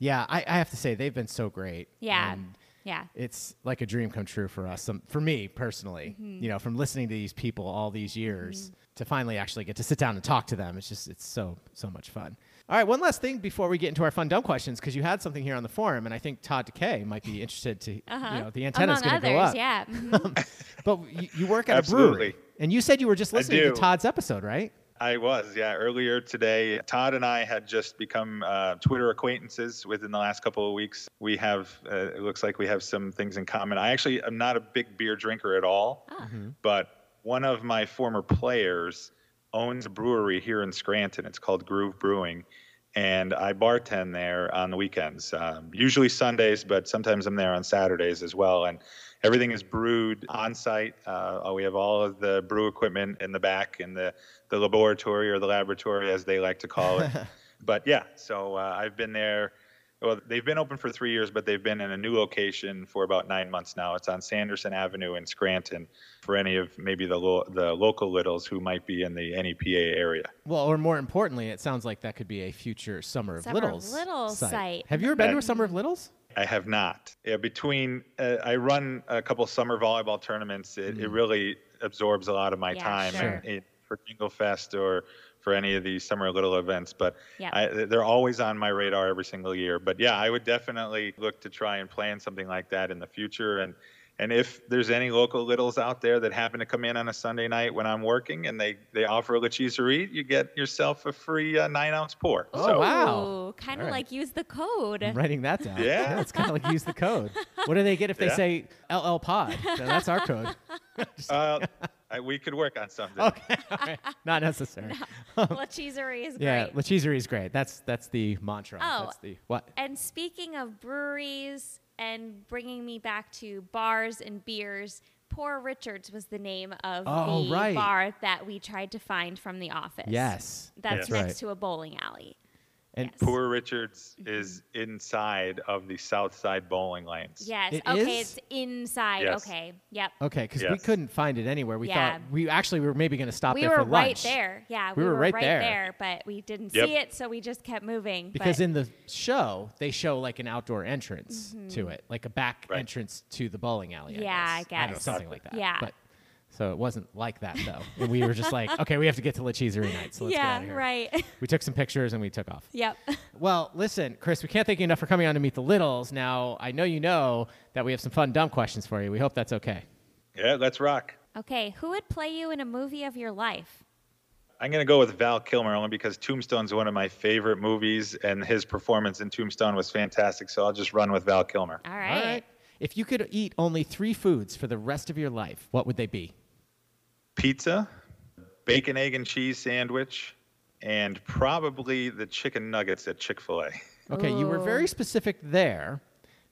Yeah, I, I have to say, they've been so great. yeah. And Yeah. it's like a dream come true for us, some, for me personally, Mm-hmm. you know, from listening to these people all these years to finally actually get to sit down and talk to them. It's just, it's so, so much fun. All right, one last thing before we get into our fun dumb questions, because you had something here on the forum, and I think Todd Decay might be interested to, you know, the antenna's Uh-huh. Among going to others, go up. yeah. Mhm. But you, you work at a brewery, Absolutely. and you said you were just listening to do. Todd's episode, right? I was, yeah. Earlier today, Todd and I had just become uh, Twitter acquaintances within the last couple of weeks. We have, uh, it looks like we have some things in common. I actually am not a big beer drinker at all, but one of my former players owns a brewery here in Scranton. It's called Groove Brewing. And I bartend there on the weekends, um, usually Sundays, but sometimes I'm there on Saturdays as well. And everything is brewed on site. Uh, we have all of the brew equipment in the back in the, the laboratory or the laboratory, as they like to call it. but yeah, so uh, I've been there. Well, they've been open for three years, but they've been in a new location for about nine months now. It's on Sanderson Avenue in Scranton. For any of maybe the lo- the local littles who might be in the NEPA area. Well, or more importantly, it sounds like that could be a future Summer of Summer of Littles Littles site. Have you ever been to a That- Summer of Littles? I have not. Yeah, between uh, I run a couple summer volleyball tournaments. It, it really absorbs a lot of my Mm. Yeah, time sure. it, for Jingle Fest or for any of these summer little events. But Yeah. I, they're always on my radar every single year. But yeah, I would definitely look to try and plan something like that in the future. And and if there's any local littles out there that happen to come in on a Sunday night when I'm working and they they offer a rotisserie, you get yourself a free uh, nine ounce pour. Oh, wow. Kind of All right. like use the code. I'm writing that down. Yeah. It's kind of like use the code. What do they get if they Yeah. say LL Pod? So that's our code. Uh, I, we could work on something. Okay. All right. Not necessary. La cheeserie is Yeah. great. La Cheeserie is great. That's that's the mantra. Oh. That's the what? and speaking of breweries and bringing me back to bars and beers, Poor Richards was the name of Oh, the right. bar that we tried to find from the office. Yes. That's That's next right. to a bowling alley. And Poor Richards is inside of the South Side bowling lanes. Yes. It okay, is? Oh, it's inside. Yes. Okay. Yep. okay, because we Yes. couldn't find it anywhere. We Yeah. thought we actually were maybe going to stop we there were for right lunch. there. Yeah, We were right there. but we didn't Yep. see it, so we just kept moving. Because but in the show, they show like an outdoor entrance to it, like a back Right. entrance to the bowling alley. I Mm-hmm. Yeah, I guess. I don't know, guess. something like that. Yeah. But, so it wasn't like that though. and we were just like, okay, we have to get to La Cheeserie night. So let's get out yeah, of here. right. We took some pictures and we took off. yep. Well, listen, Chris, we can't thank you enough for coming on to Meet the Littles. Now, I know you know that we have some fun, dumb questions for you. We hope that's okay. Yeah, let's rock. Okay, who would play you in a movie of your life? I'm going to go with Val Kilmer only because Tombstone's one of my favorite movies, and his performance in Tombstone was fantastic. So I'll just run with Val Kilmer. All right. If you could eat only three foods for the rest of your life, what would they be? Pizza, bacon, egg, and cheese sandwich, and probably the chicken nuggets at Chick fil A. Okay, you were very specific there.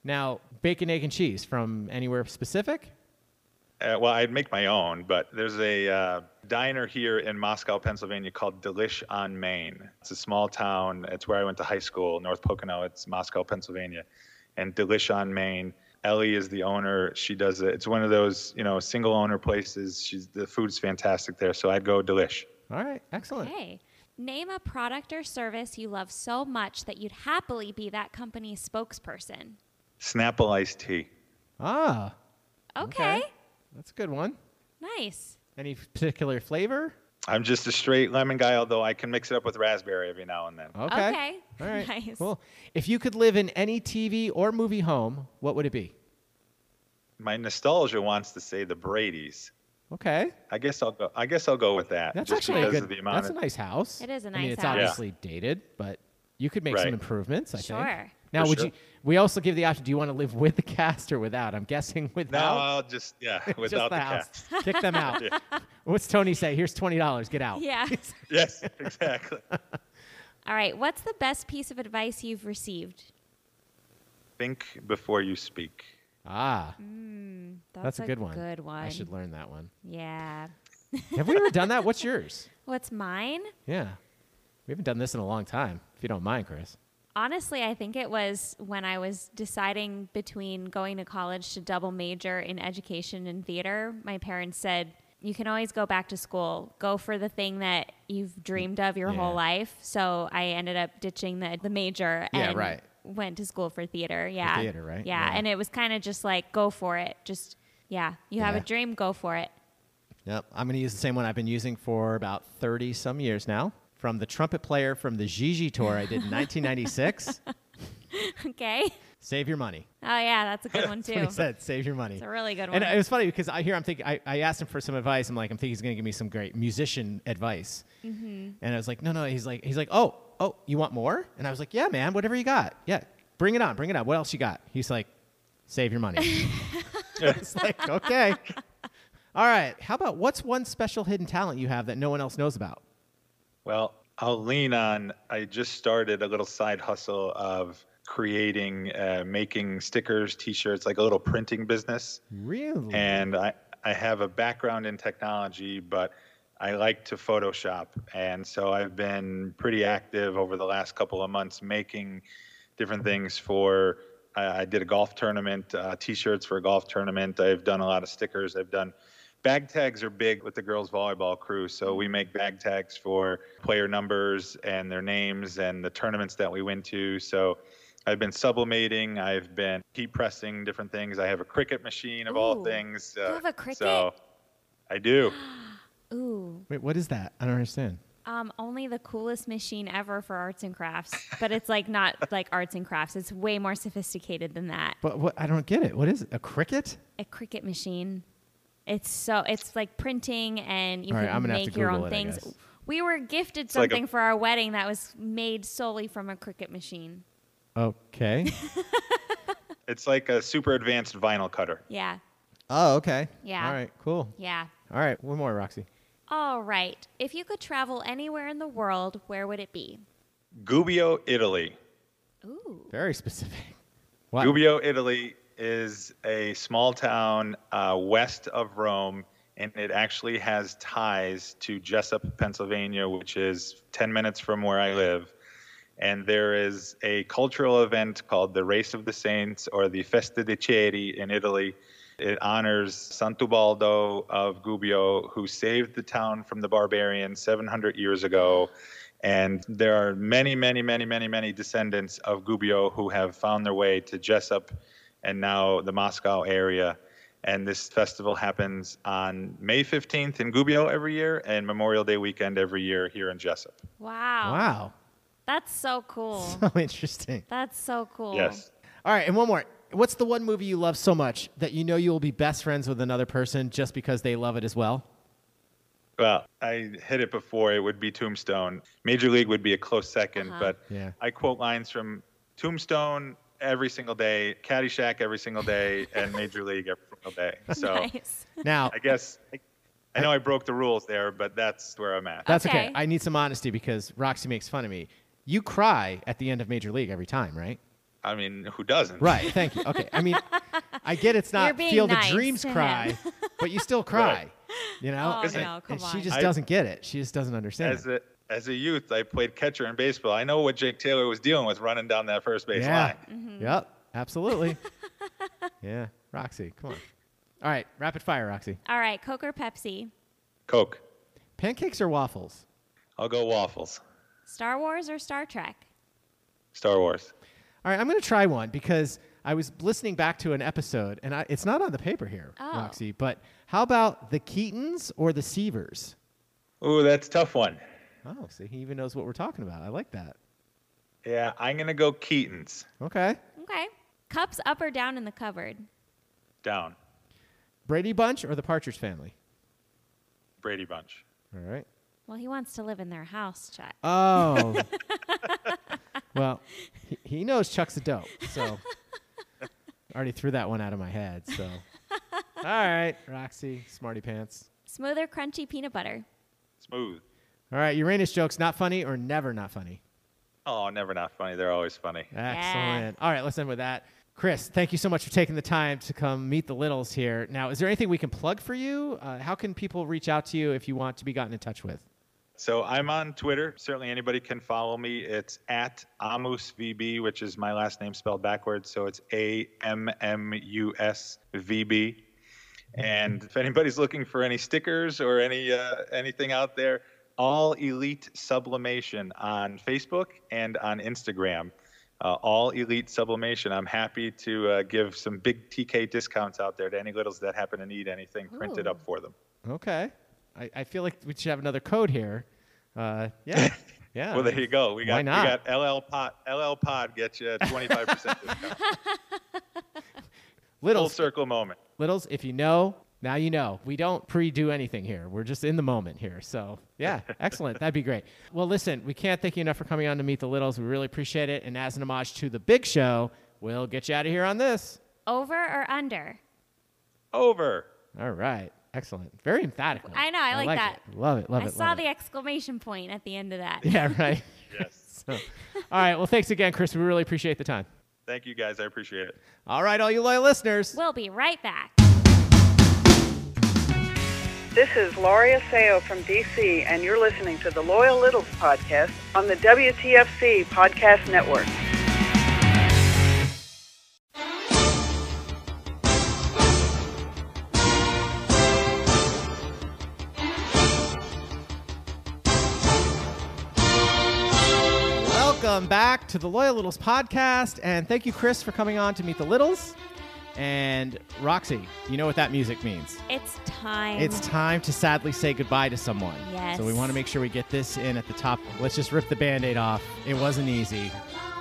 Now, bacon, egg, and cheese from anywhere specific? Uh, well, I'd make my own, but there's a uh, diner here in Moscow, Pennsylvania called Delish on Main. It's a small town. It's where I went to high school, North Pocono. It's Moscow, Pennsylvania. And Delish on Main, Ellie is the owner. She does it. It's one of those, you know, single owner places. She's the food's fantastic there. So I'd go Delish. All right, excellent. Okay. Name a product or service you love so much that you'd happily be that company's spokesperson. Snapple iced tea. Ah, Okay. that's a good one. Nice. Any particular flavor? I'm just a straight lemon guy, although I can mix it up with raspberry every now and then. Okay. Okay. All right. Nice. Cool. If you could live in any TV or movie home, what would it be? My nostalgia wants to say the Brady's. Okay. I guess I'll go. I guess I'll go with that. That's just actually a because good. of the amount That's of a nice house. It is a I mean, nice it's house. Yeah. obviously dated, but you could make some Right. improvements. I think. Sure. Now, For would sure. you? We also give the option. Do you want to live with the cast or without? I'm guessing No, without. I'll just yeah, Just without the, the, house. cast. Kick them out. What's Tony say? Here's twenty dollars. Get out. Yeah. Yes, exactly. All right. What's the best piece of advice you've received? Think before you speak. Ah, That's, that's, a, good one. Good one. I should learn that one. Yeah. Have we ever done that? What's yours? What's mine? Yeah, we haven't done this in a long time. If you don't mind, Chris. Honestly, I think it was when I was deciding between going to college to double major in education and theater. My parents said, You can always go back to school, go for the thing that you've dreamed of your Yeah. whole life. So I ended up ditching the, the major Yeah, and right. went to school for theater. Yeah. theater, right? Yeah. Yeah. And it was kind of just like, Go for it. Just, yeah, you have Yeah. a dream, go for it. Yep. I'm going to use the same one I've been using for about 30 some years now from the trumpet player from the Gigi tour I did in 1996. Okay. Save your money. Oh, yeah, that's a good one too. That's what he said. Save your money. It's a really good And one. it was funny because I hear I'm thinking, I, I asked him for some advice. I'm like, I'm thinking he's going to give me some great musician advice. And I was like, no, no. He's like, he's like, oh, oh, you want more? And I was like, yeah, man, whatever you got. Yeah. Bring it on. Bring it on. What else you got? He's like, save your money. it's like, okay. All right. How about what's one special hidden talent you have that no one else knows about? Well, I'll lean on. I just started a little side hustle of creating, uh, making stickers, T-shirts, like a little printing business. Really? and I, I have a background in technology, but I like to Photoshop. And so I've been pretty active over the last couple of months making different things for. I, I did a golf tournament, uh, t shirts for a golf tournament. I've done a lot of stickers. I've done bag tags are big with the girls' volleyball crew. So Mm-hmm. we make bag tags for player numbers and their names and the tournaments that we went to. So I've been sublimating. I've been heat pressing different things. I have a cricket machine of all Ooh. things. uh, You have a cricket? So I do. Ooh. Wait, what is that? I don't understand. Um, only the coolest machine ever for arts and crafts, but it's like not like arts and crafts. It's way more sophisticated than that. But what I don't get it. What is it? A cricket? A cricket machine. It's so it's like printing and you All right, I'm can gonna have to make your Google own it, I things. guess. We were gifted like a- something for our wedding that was made solely from a cricket machine. Okay. It's like a super advanced vinyl cutter. Yeah. oh, okay. Yeah. All right, cool. Yeah. All right, one more, Roxy. All right. If you could travel anywhere in the world, where would it be? Gubbio, Italy. Ooh. Very specific. Wow. Gubbio, Italy is a small town uh, west of Rome, and it actually has ties to Jessup, Pennsylvania, which is 10 minutes from where I live. And there is a cultural event called the Race of the Saints or the Festa dei Ceri in Italy. It honors Santubaldo of Gubbio, who saved the town from the barbarians 700 years ago. And there are many, many, many, many, many descendants of Gubbio who have found their way to Jessup and now the Moscow area. And this festival happens on May 15th in Gubbio every year and Memorial Day weekend every year here in Jessup. Wow. Wow. That's so cool. So Oh, interesting. That's so cool. Yes. All right, and one more. What's the one movie you love so much that you know you will be best friends with another person just because they love it as well? Well, I hit it before. It would be Tombstone. Major League would be a close 2nd Uh-huh. but Yeah. I quote lines from Tombstone every single day, Caddyshack every single day, and Major League every single day. So Nice. Now, I guess I, I know I broke the rules there, but that's where I'm at. that's okay. Okay. I need some honesty because Roxy makes fun of me. You cry at the end of Major League every time, right? I mean, who doesn't? Right. Thank you. Okay. I mean, I get it's You're not being feel nice the dreams to him. cry, but you still cry. Right. You know? Oh, and, no, and come she on. just I- doesn't get it. She just doesn't understand. As a as a youth, I played catcher in baseball. I know what Jake Taylor was dealing with running down that first base yeah. line. Yep. Absolutely. yeah. Roxy, come on. All right. Rapid fire, Roxy. All right, Coke or Pepsi? Coke. Pancakes or waffles? I'll go waffles. Star Wars or Star Trek? Star Wars. All right, I'm going to try one because I was listening back to an episode, and I, it's not on the paper here, Oh. Roxy. But how about the Keatons or the Seavers? Ooh, that's a tough one. Oh, see, he even knows what we're talking about. I like that. Yeah, I'm gonna go Keaton's Okay, Okay. Cups up or down in the cupboard? down. Brady Bunch or the Partridge Family? Brady Bunch. All right. Well, he wants to live in their house, Chuck. Oh, well, he, he knows Chuck's a dope, so already threw that one out of my head. So, all right, Roxy, smarty pants. Smooth or crunchy peanut butter? Smooth. All right, Uranus jokes not funny or never not funny. Oh, never not funny. They're always funny. Excellent. All right, let's end with that. Chris, thank you so much for taking the time to come meet the Littles here. Now, is there anything we can plug for you? Uh, how can people reach out to you if you want to be gotten in touch with? So I'm on Twitter. Certainly anybody can follow me. It's at AmusVB, which is my last name spelled backwards. So it's A M M U S V B. And if anybody's looking for any stickers or any uh, anything out there, All Elite Sublimation on Facebook and on Instagram. Uh, all Elite Sublimation. I'm happy to uh, give some big TK discounts out there to any littles that happen to need anything printed Ooh. up for them. Okay. I, I feel like we should have another code here. Uh, yeah. Yeah. Well, there you go. We got Why not? we got LL Pod. LL Pod gets you twenty five percent discount. Full Littles, circle moment. Littles, if you know, now you know. We don't pre do anything here. We're just in the moment here. So, yeah, excellent. That'd be great. Well, listen, we can't thank you enough for coming on to Meet the Littles. We really appreciate it. And as an homage to the big show, we'll get you out of here on this. Over or under? Over. All right. Excellent. Very emphatic. one. I know, I like that. It. Love it. Love I it. saw love the it. exclamation point at the end of that. Yeah, right. Yes. So, all right. Well, thanks again, Chris. We really appreciate the time. Thank you guys. I appreciate it. All right, all you loyal listeners. We'll be right back. This is Laurie Aseo from DC, and you're listening to the Loyal Littles podcast on the WTFC Podcast Network. Welcome back to the Loyal Littles podcast. And thank you, Chris, for coming on to Meet the Littles. And Roxy, you know what that music means. It's time. It's time to sadly say goodbye to someone. Yes. So we want to make sure we get this in at the top. Let's just rip the band aid off. It wasn't easy.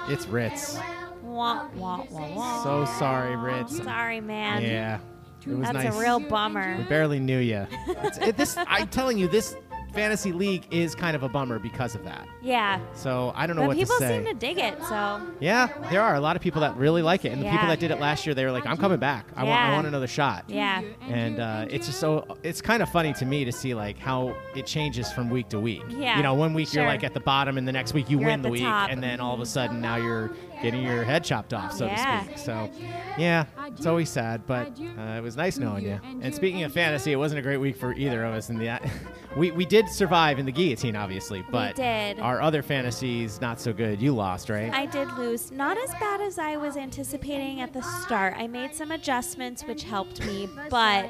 It's Ritz. Wah, wah, wah, wah. So sorry, Ritz. Sorry, man. Yeah. It was That's nice. a real We bummer. barely knew you. it, this, I'm telling you, this fantasy league is kind of a bummer because of that. Yeah. So I don't know But what people to say. seem to dig it, so yeah, there are a lot of people that really like it, and the people Yeah. that did it last year, they were like, "I'm coming back. I want, I Yeah. want another shot." yeah. And uh, it's just so it's kind of funny to me to see like how it changes from week to week. Yeah, You know, one week sure. you're like at the bottom, and the next week you You're win at the the week, top. and then all of a sudden now you're getting your head chopped off, so Yeah. to speak. So, yeah, it's always sad, but uh, it was nice knowing you. And speaking of fantasy, it wasn't a great week for either of us. In the we we did survive in the guillotine, obviously, but did. our other fantasies not so good. You lost, right? I did lose. Not as bad as I was anticipating at the start. I made some adjustments, which helped me, but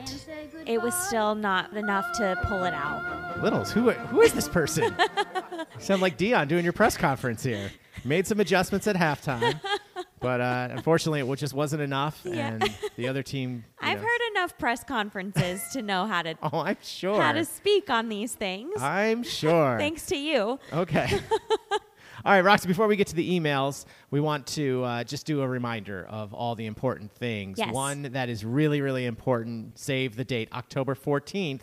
it was still not enough to pull it out. Littles, who who is this person? You sound like Dion doing your press conference here. Made some adjustments at halftime, but uh, unfortunately, it just wasn't enough, Yeah. and the other team. you I've know- heard enough press conferences to know how to Oh, I'm sure. how to speak on these things. I'm sure. Thanks to you. Okay. all right, Roxy, before we get to the emails, we want to uh, just do a reminder of all the important things. Yes. One that is really, really important save the date, October 14th.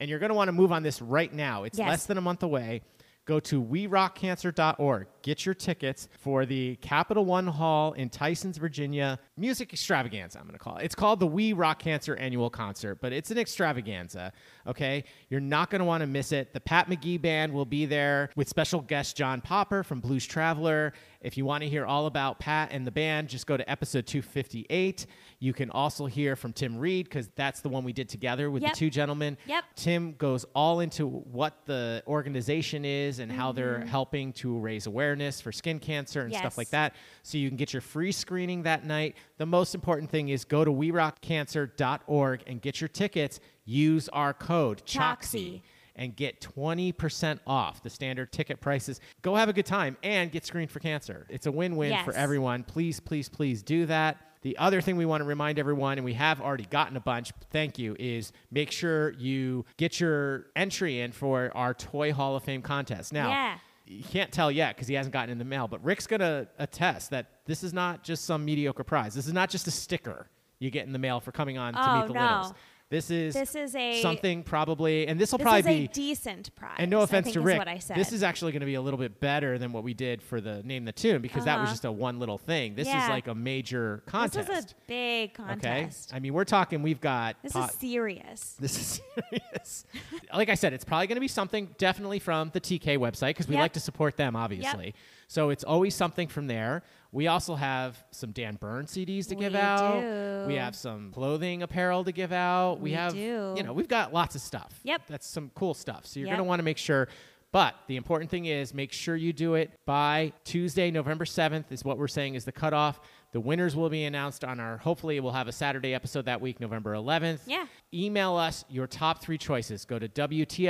And you're going to want to move on this right now. It's Yes. less than a month away. Go to werockcancer.org. Get your tickets for the Capital One Hall in Tysons, Virginia music extravaganza, I'm going to call it. It's called the We Rock Cancer Annual Concert, but it's an extravaganza, okay? You're not going to want to miss it. The Pat McGee Band will be there with special guest John Popper from Blues Traveler. If you want to hear all about Pat and the band, just go to episode 258. You can also hear from Tim Reed because that's the one we did together with Yep. the two gentlemen. Yep. Tim goes all into what the organization is and how they're helping to raise awareness for skin cancer and stuff Mm-hmm. Yes. like that. So you can get your free screening that night. The most important thing is go to werockcancer.org and get your tickets. Use our code CHOXY Choxy. and get 20% off the standard ticket prices. Go have a good time and get screened for cancer. It's a win win for Yes. everyone everyone. Please, please, please do that. The other thing we want to remind everyone, and we have already gotten a bunch, thank you, is make sure you get your entry in for our Toy Hall of Fame contest. Now, Yeah. you can't tell yet because he hasn't gotten in the mail, but Rick's going to attest that this is not just some mediocre prize. This is not just a sticker you get in the mail for coming on to Oh, meet the no. littles. This is This is a- something probably, and this will This probably is be a decent prize. and no I offense think to is Rick, what I said. this is actually going to be a little bit better than what we did for the name the tune because that was just a one little thing. This is Uh-huh. Yeah. like a major This contest. is a big contest. Okay, I mean we're talking. We've got This pot- is serious. this is serious. like I said, it's probably going to be something definitely from the TK website because we Yep. like to support them, obviously. So it's always something from there. We also have some Dan Byrne CDs to give We out. do. We have some clothing apparel to give out. We, We have, do. you know, we've got lots of stuff. Yep. That's some cool stuff. So you're Yep. going to want to make sure. But the important thing is make sure you do it by Tuesday, November 7th, is what we're saying is the cutoff. The winners will be announced on our, hopefully, we'll have a Saturday episode that week, November 11th. Yeah. Email us your top three choices. Go to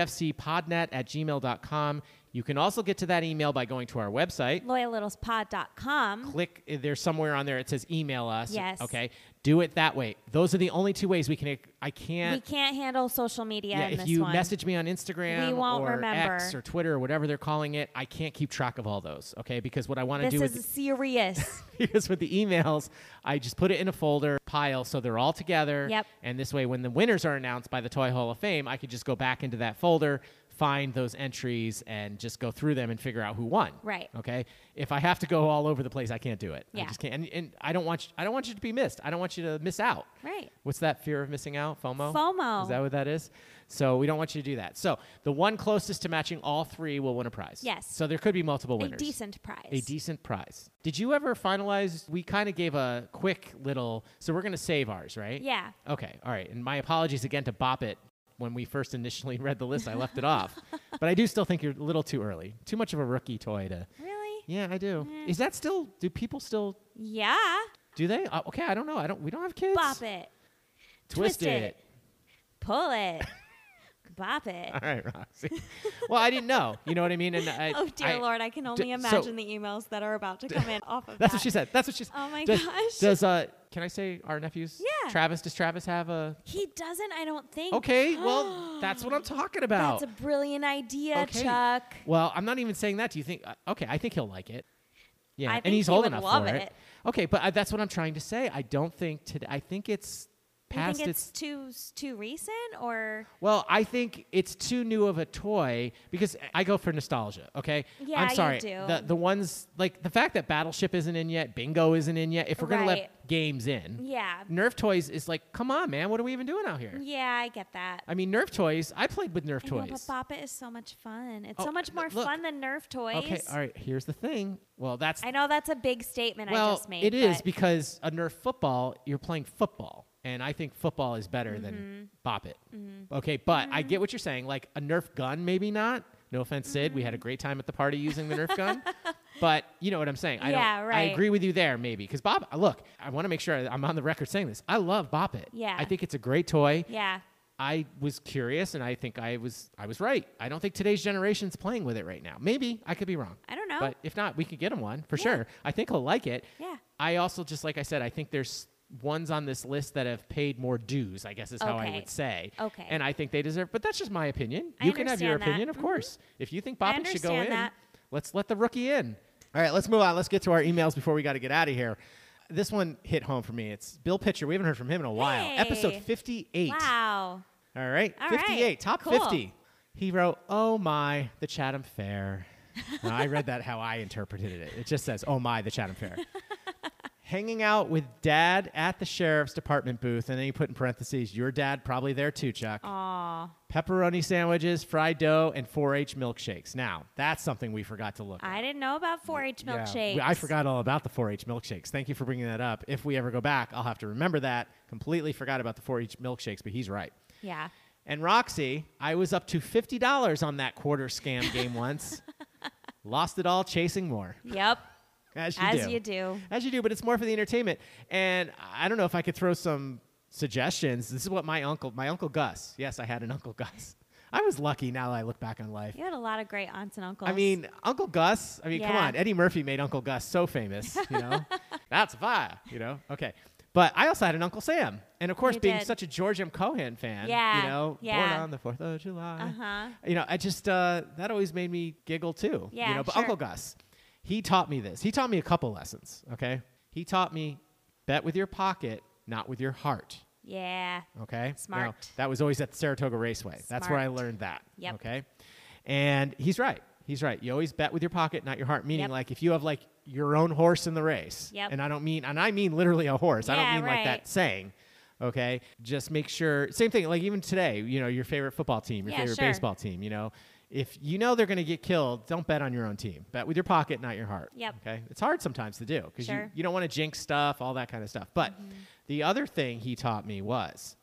WTFCpodnet at gmail.com. You can also get to that email by going to our website. LoyalLittlesPod.com. Click eh, there's somewhere on there it says email us. Yes. Okay. Do it that way. Those are the only two ways we can. eh, I can't. We can't handle social media yeah. in If this you one. message me on Instagram We won't or remember. X or Twitter or whatever they're calling it, I can't keep track of all those. Okay. Because what I want to this do is with serious. because with the emails, I just put it in a folder pile so they're all together. Yep. And this way, when the winners are announced by the Toy Hall of Fame, I could just go back into that folder, find those entries, and just go through them and figure out who won. Right. Okay. If I have to go all over the place, I can't do it. I Yeah. just can't. And, and I don't want you, I don't want you to be missed. I don't want you to miss out. Right. What's that fear of missing out? FOMO. FOMO. Is that what that is? So we don't want you to do that. So the one closest to matching all three will win a prize. Yes. So there could be multiple a winners. decent prize. A decent prize. Did you ever finalize? We kind of gave a quick little. So we're going to save ours, right? Yeah. Okay. All right. And my apologies again to Bop It. When we first initially read the list, I left it off. But I do still think you're a little too early. Too much of a rookie toy to. Really? Yeah, I do. Is that still. Do people still. Yeah. Do they? Uh, okay. I don't know. I don't. We don't have kids. Bop it. Twist, Twist it. Pull it. Bop it. All right, Roxy. well, I didn't know. You know what I mean? And I, Oh dear I- Lord, I can only so- imagine the emails that are about to come in off of That's that. what she said. That's what she said. Oh my does, gosh. Does uh can I say our nephews? Yeah. Travis, does Travis have a He doesn't, I don't think. Okay, well, that's what I'm talking about. That's a brilliant idea, okay. Chuck. Well, I'm not even saying that. Do you think uh, okay, I think he'll like it. Yeah, I and think he's he old would enough love for it. it. Okay, but I, that's what I'm trying to say. I don't think today I think it's You past think it's too too recent or Well, I think it's too new of a toy because I go for nostalgia. Okay, Yeah, I'm you sorry. do. The the ones like the fact that Battleship isn't in yet, Bingo isn't in yet. If we're gonna Right. let games in. Yeah. Nerf toys is like, come on, man, what are we even doing out here? Yeah, I get that. I mean, Nerf toys. I played with Nerf I know, but toys. Bop It is so much fun. It's Oh, so much th- more look. fun than Nerf toys. Okay, all right. Here's the thing. Well, that's I know that's a big statement well, I just made. it is but- because a Nerf football, you're playing football, and I think football is better Mm-hmm. than Bop It. Okay, but I get what you're saying. Like a Nerf gun, maybe not. No offense, Sid. We had Mm-hmm. a great time at the party using the Nerf gun, but you know what I'm saying. I Yeah, don't, I right. agree with you there, maybe because Bop. Look, I want to make sure I'm on the record saying this. I love Bop It. Yeah. I think it's a great toy. yeah. I was curious, and I think I was I was right. I don't think today's generation's playing with it right now. Maybe I could be wrong. I don't know. But if not, we could get him one for sure. I think he'll like it. Yeah. I also just like I said, I think there's ones on this list that have paid more dues. I guess is how I Okay. would say. Okay. And I think they deserve. But that's just my opinion. I you can have your understand that. opinion, of Mhm. course. If you think Bobbin should go understand in, that. let's let the rookie in. All right, let's move on. Let's get to our emails before we got to get out of here. This one hit home for me. It's Bill Pitcher. We haven't heard from him in a while. Hey. Episode 58. Wow. All right. All right. 58, top Cool. 50. He wrote, Oh my, the Chatham Fair. Now, I read that how I interpreted it. It just says, Oh my, the Chatham Fair. Hanging out with dad at the sheriff's department booth. And then you put in parentheses, Your dad probably there too, Chuck. Aw. Pepperoni sandwiches, fried dough, and 4 H milkshakes. Now, that's something we forgot to look at. I didn't know about 4-H Yeah, milkshakes. we- I forgot all about the 4-H milkshakes. Thank you for bringing that up. If we ever go back, I'll have to remember that. Completely forgot about the 4-H milkshakes, but he's right. Yeah. And Roxy, I was up to $50 on that quarter scam game once. Lost it all chasing more. Yep. As you As do. you do. As you do, but it's more for the entertainment. And I don't know if I could throw some suggestions. This is what my uncle, my uncle Gus. Yes, I had an uncle Gus. I was lucky now that I look back on life. You had a lot of great aunts and uncles. I mean, Uncle Gus. I mean, come Yeah. on. Eddie Murphy made Uncle Gus so famous. You know, that's fire. You know, okay. But I also had an Uncle Sam, and of course, You being did. such a George M. Cohan fan, Yeah, you know, born yeah. on the Fourth of July. Uh-huh. You know, I just uh, that always made me giggle too. Yeah, You know, but sure. Uncle Gus, he taught me this. He taught me a couple lessons. Okay. He taught me bet with your pocket, not with your heart. yeah. Okay. Now, Smart. that was always at the Saratoga Raceway. That's where I Smart. learned that. Yep. Okay. And he's right. He's right. You always bet with your pocket, not your heart. Meaning, Yep. like if you have like your own horse in the race. Yep. And I don't mean, and I mean literally a horse. I don't Yeah, mean like that right. saying. Okay. Just make sure. Same thing. Like even today, you know, your favorite football team, your Yeah, favorite sure. baseball team. You know, if you know they're going to get killed, don't bet on your own team. Bet with your pocket, not your heart. Yep. Okay. It's hard sometimes to do because you, Sure. Mm-hmm. you don't want to jinx stuff, all that kind of stuff. But the other thing he taught me was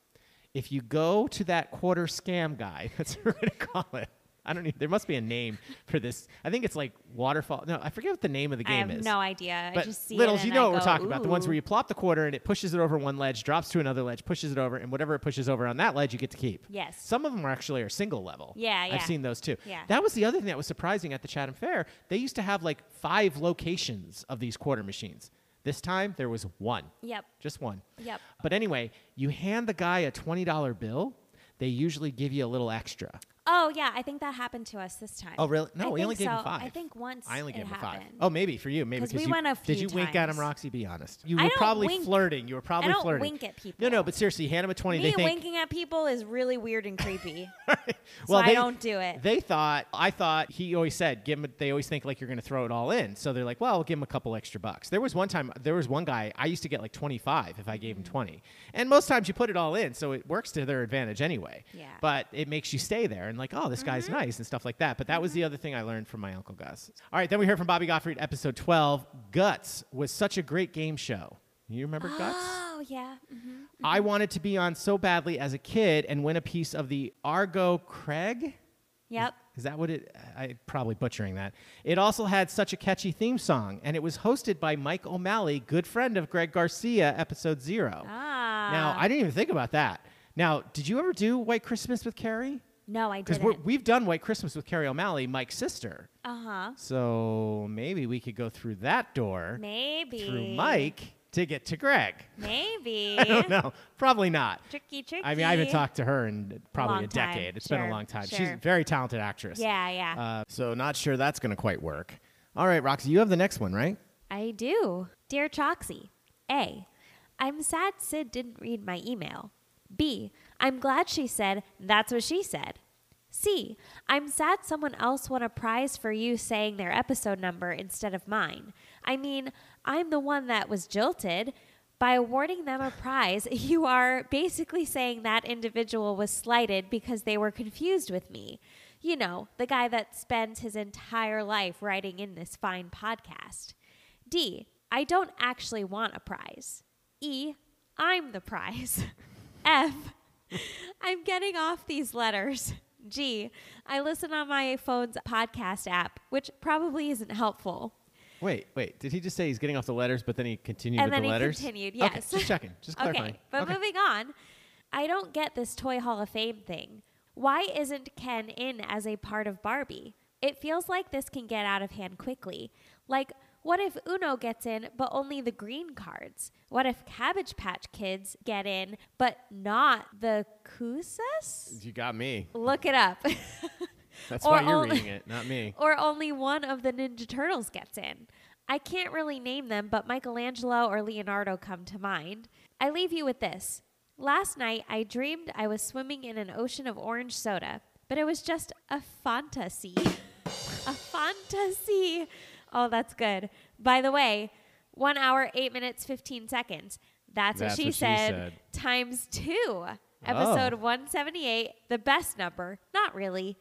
if you go to that quarter scam guy, that's what we're going to call it. I don't know. There must be a name for this. I think it's like waterfall. No, I forget what the name of the I game have is. no idea. But I just see littles, it you and know I what we're go, talking about. The ones where "Ooh." you plop the quarter and it pushes it over one ledge, drops to another ledge, pushes it over, and whatever it pushes over on that ledge, you get to keep. Yes. Some of them are actually are single level. Yeah, yeah. I've seen those too. Yeah. That was the other thing that was surprising at the Chatham Fair. They used to have like five locations of these quarter machines. This time there was one. Yep. Just one. Yep. But anyway, you hand the guy a $20 bill, they usually give you a little extra. Oh yeah, I think that happened to us this time. Oh, really? I No, we think only gave so. him five. I think once. I only gave it him five. happened. Oh, maybe for you, maybe Because because we you went a did few you wink at him, times. Roxy? Be honest. You I were don't probably wink. flirting. You were probably don't flirting. wink at people. No, no, but seriously, you hand him a twenty. Me they think winking at people is really weird and creepy. well, I they, don't do it. They thought I thought he always said give him. They always think like you're going to throw it all in, so they're like, well, we'll give him a couple extra bucks. There was one time there was one guy I used to get like 25 if I gave Mm. him 20, and most times you put it all in, so it works to their advantage anyway. Yeah. Mm-hmm. But it makes you stay there and like, oh, this guy's nice and stuff like that. But that was the other thing I learned from my uncle Gus. All right, then we heard from Bobby Gottfried, episode 12. Guts was such a great game show. You remember Guts? oh yeah. Mhm. I wanted to be on so badly as a kid and win a piece of the Argo Craig. Yep. Is that what it? I probably butchering that. It also had such a catchy theme song, and it was hosted by Mike O'Malley, good friend of Greg Garcia, episode zero. Ah. Now I didn't even think about that. Now, did you ever do White Christmas with Carrie? No, I Because didn't. we've done White Christmas with Carrie O'Malley, Mike's sister. Uh huh. So maybe we could go through that door Maybe. through Mike to get to Greg. Maybe. I don't know. Probably not. Tricky, tricky. I mean, I haven't talked to her in probably Long a time. decade. It's been a Sure, long time. She's a sure. very talented actress. Yeah, yeah. Uh, so not sure that's going to quite work. All right, Roxy, you have the next one, right? I do. Dear Choxy, A. I'm sad Sid didn't read my email. B. I'm glad she said, that's what she said. C. I'm sad someone else won a prize for you saying their episode number instead of mine. I mean, I'm the one that was jilted By awarding them a prize, you are basically saying that individual was slighted because they were confused with me. You know, the guy that spends his entire life writing in this fine podcast. D, I don't actually want a prize. E, I'm the prize. F, I'm getting off these letters. G, I listen on my phone's podcast app, which probably isn't helpful. Wait, wait. Did he just say he's getting off the letters, but then he continued And with then the he letters? continued, Okay, yes. just checking. Just clarifying. Okay, but Okay. moving on, I don't get this Toy Hall of Fame thing. Why isn't Ken in as a part of Barbie? It feels like this can get out of hand quickly. Like, what if Uno gets in, but only the green cards? What if Cabbage Patch Kids get in, but not the Kusas? You got me. Look it up. That's Or why you're only- reading it, not me. or only one of the Ninja Turtles gets in. I can't really name them, but Michelangelo or Leonardo come to mind. I leave you with this. Last night, I dreamed I was swimming in an ocean of orange soda, but it was just a fantasy. a fantasy. Oh, that's good. By the way, one hour, eight minutes, 15 seconds. That's, That's what, she, what she said, said. times two. Oh. Episode 178, the best number. Not really.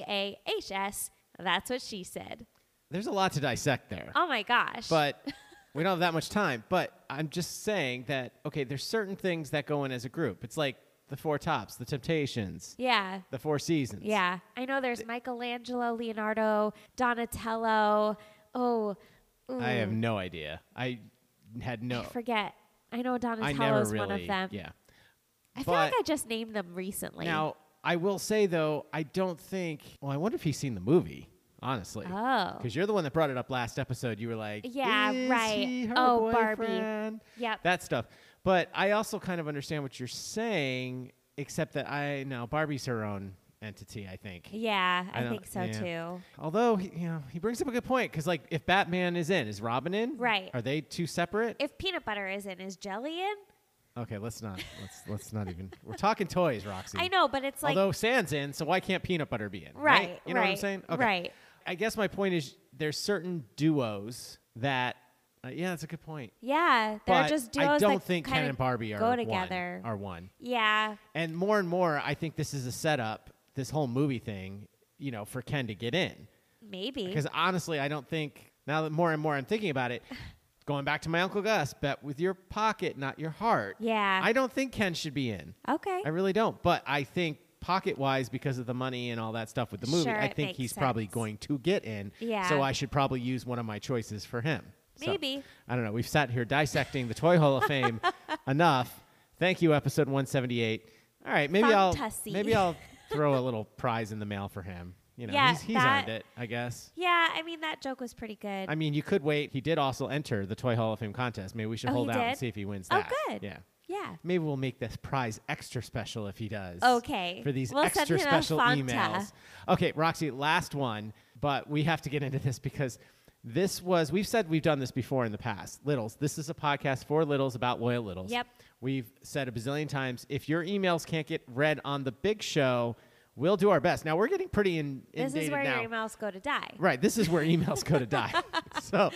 ABTAHS. That's what she said. There's a lot to dissect there. Oh my gosh. But we don't have that much time. But I'm just saying that, okay, there's certain things that go in as a group. It's like the Four Tops, the Temptations, yeah. the Four Seasons. Yeah. I know there's Michelangelo, Leonardo, Donatello. Oh, ooh, I have no idea. I had no. I forget. I know I never Donatello's really. one of them. Yeah. I feel like But- I just named them recently. Now, I will say though, I don't think. Well, I wonder if he's seen the movie. Honestly, Oh. because you're the one that brought it up last episode. You were like, Yeah, "Is right. he her Oh, Barbie." boyfriend?" Yep. that stuff. But I also kind of understand what you're saying, except that I now Barbie's her own entity. I think. yeah, I, don't- think so yeah. too. Although he, you know, he brings up a good point because, like, if Batman is in, is Robin in? Right. Are they two separate? If peanut butter isn't, is jelly in? okay, let's not. Let's let's not even. We're talking toys, Roxy. I know, but it's like Although sand's in, so why can't peanut butter be in? right, right. You know what I'm saying? Right. I guess my point is there's certain duos that. Uh, yeah, that's a good point. Yeah, they're but just duos. I don't that think Ken kinda and Barbie are go one- together. are one. yeah, And more and more, I think this is a setup. This whole movie thing, you know, for Ken to get in. maybe. Because honestly, I don't think now that more and more I'm thinking about it. Going back to my uncle Gus, bet with your pocket, not your heart. Yeah. I don't think Ken should be in. okay. I really don't. But I think pocket wise, because of the money and all that stuff with the movie, Sure, I it think makes he's probably sense. going to get in. Yeah. So I should probably use one of my choices for him. So, Maybe. I don't know. We've sat here dissecting the Toy Hall of Fame enough. Thank you, episode 178. All right, maybe Fantasy. I'll maybe I'll throw a little prize in the mail for him. You know, Yeah, he's, he's that- earned it, I guess. yeah, I mean that joke was pretty good. I mean, you could wait. He did also enter the Toy Hall of Fame contest. Maybe we should Oh, he hold out and did? see if he wins Oh, that. good. Yeah. yeah. Maybe we'll make this prize extra special if he does. Okay. For these We'll send extra him a special Fanta. emails. Okay, Roxy, last one, but we have to get into this because this was, we've said we've done this before in the past. Littles, this is a podcast for Littles about loyal Littles. Yep. We've said a bazillion times if your emails can't get read on the big show, we'll do our best. Now, we're getting pretty in, This is inundated where now. your emails go to die. Right. This is where emails go to die. so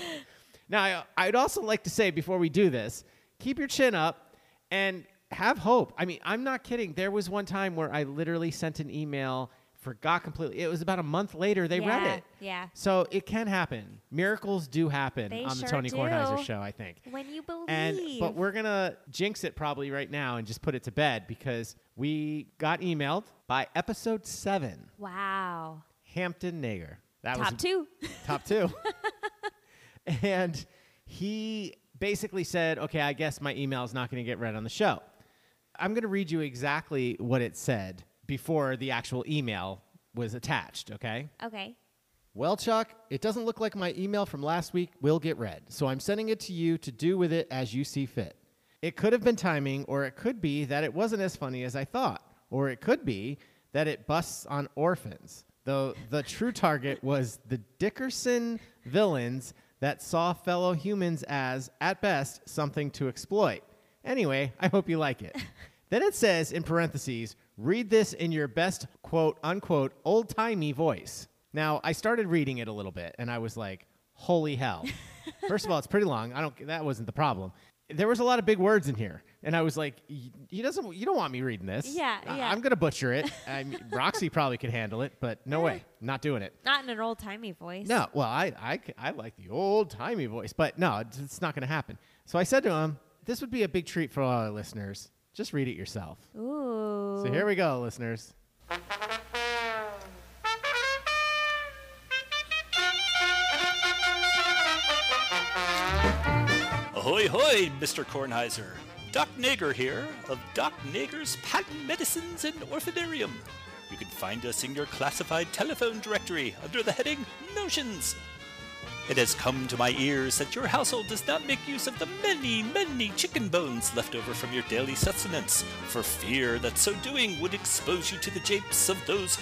now I, I'd also like to say before we do this, keep your chin up and have hope. I mean, I'm not kidding. There was one time where I literally sent an email, forgot completely. It was about a month later they Yeah, read it. yeah. So it can happen. Miracles do happen They on the sure Tony do. Kornheiser show, I think. When you believe. And but we're gonna jinx it probably right now and just put it to bed because we got emailed by episode seven, wow. Hampton Nager. That was Top two. top two. and he basically said, okay, I guess my email is not going to get read on the show. I'm going to read you exactly what it said before the actual email was attached, okay? okay. Well, Chuck, it doesn't look like my email from last week will get read, so I'm sending it to you to do with it as you see fit. It could have been timing, or it could be that it wasn't as funny as I thought, or it could be that it busts on orphans. Though the true target was the Dickerson villains that saw fellow humans as, at best, something to exploit. Anyway, I hope you like it. then it says in parentheses, read this in your best quote unquote old timey voice. Now, I started reading it a little bit and I was like, holy hell. First of all, it's pretty long. I don't that wasn't the problem. there was a lot of big words in here, and I was like, "Y- "He doesn't. You don't want me reading this. Yeah, I- yeah. I'm gonna butcher it. I mean, Roxy probably could handle it, but Uh. no way, not doing it. Not in an old timey voice. No, well, I, I, c- I like the old timey voice, but no, it's- it's not going to happen. So I said to him, This would be a big treat for all our listeners. Just read it yourself. Ooh. So here we go, listeners. Ahoy, hoy, Mr. Kornheiser. Doc Nager here of Doc Nager's Patent Medicines and Orphanarium. You can find us in your classified telephone directory under the heading Notions. It has come to my ears that your household does not make use of the many, many chicken bones left over from your daily sustenance, for fear that so doing would expose you to the japes of those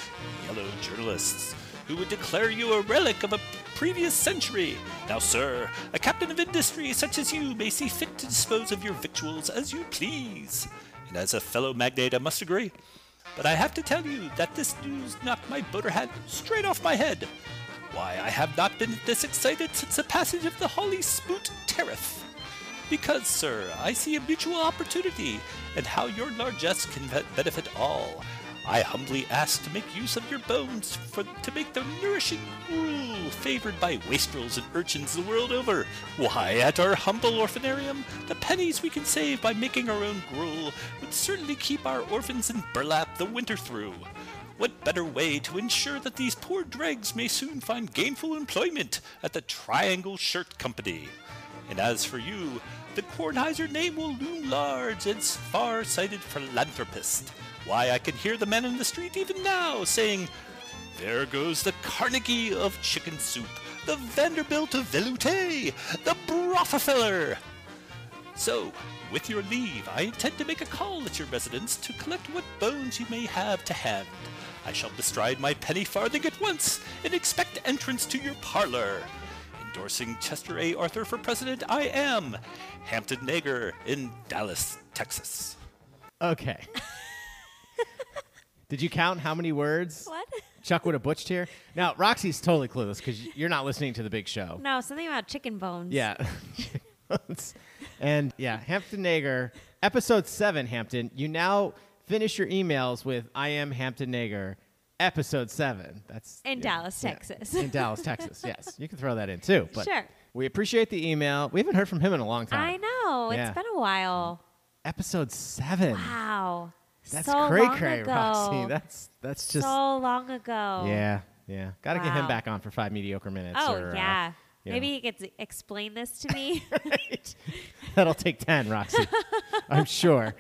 yellow journalists, who would declare you a relic of a previous century. Now, sir, a captain of industry such as you may see fit to dispose of your victuals as you please. And as a fellow magnate, I must agree. But I have to tell you that this news knocked my boater hat straight off my head. Why, I have not been this excited since the passage of the Holly Spoot Tariff. Because, sir, I see a mutual opportunity and how your largesse can be- benefit all. I humbly ask to make use of your bones for, to make the nourishing gruel favored by wastrels and urchins the world over. Why, at our humble orphanarium, the pennies we can save by making our own gruel would certainly keep our orphans in burlap the winter through. What better way to ensure that these poor dregs may soon find gainful employment at the Triangle Shirt Company? And as for you, the Kornheiser name will loom large as far-sighted philanthropist. Why, I can hear the men in the street even now saying, there goes the Carnegie of chicken soup, the Vanderbilt of velouté, the Rockefeller. So, with your leave, I intend to make a call at your residence to collect what bones you may have to hand. I shall bestride my penny farthing at once and expect entrance to your parlor. Endorsing Chester A. Arthur for president, I am Hampton Nager in Dallas, Texas. Okay. Did you count how many words What? Chuck would have butched here? Now, Roxy's totally clueless because you're not listening to the big show. No, something about chicken bones. Yeah. and yeah, Hampton Nager, episode seven, Hampton. You now finish your emails with I am Hampton Nager, episode seven. That's In Dallas, Texas. In Dallas, Texas, yes. You can throw that in too. But Sure. we appreciate the email. We haven't heard from him in a long time. I know. Yeah. It's been a while. Episode seven. Wow. That's so cray long cray, ago. Roxy. That's that's just so long ago. Yeah. Yeah. Gotta get him Wow. back on for five mediocre minutes. Oh or, uh, yeah. you know. Maybe he could explain this to me. That'll take 10, Roxy. I'm sure.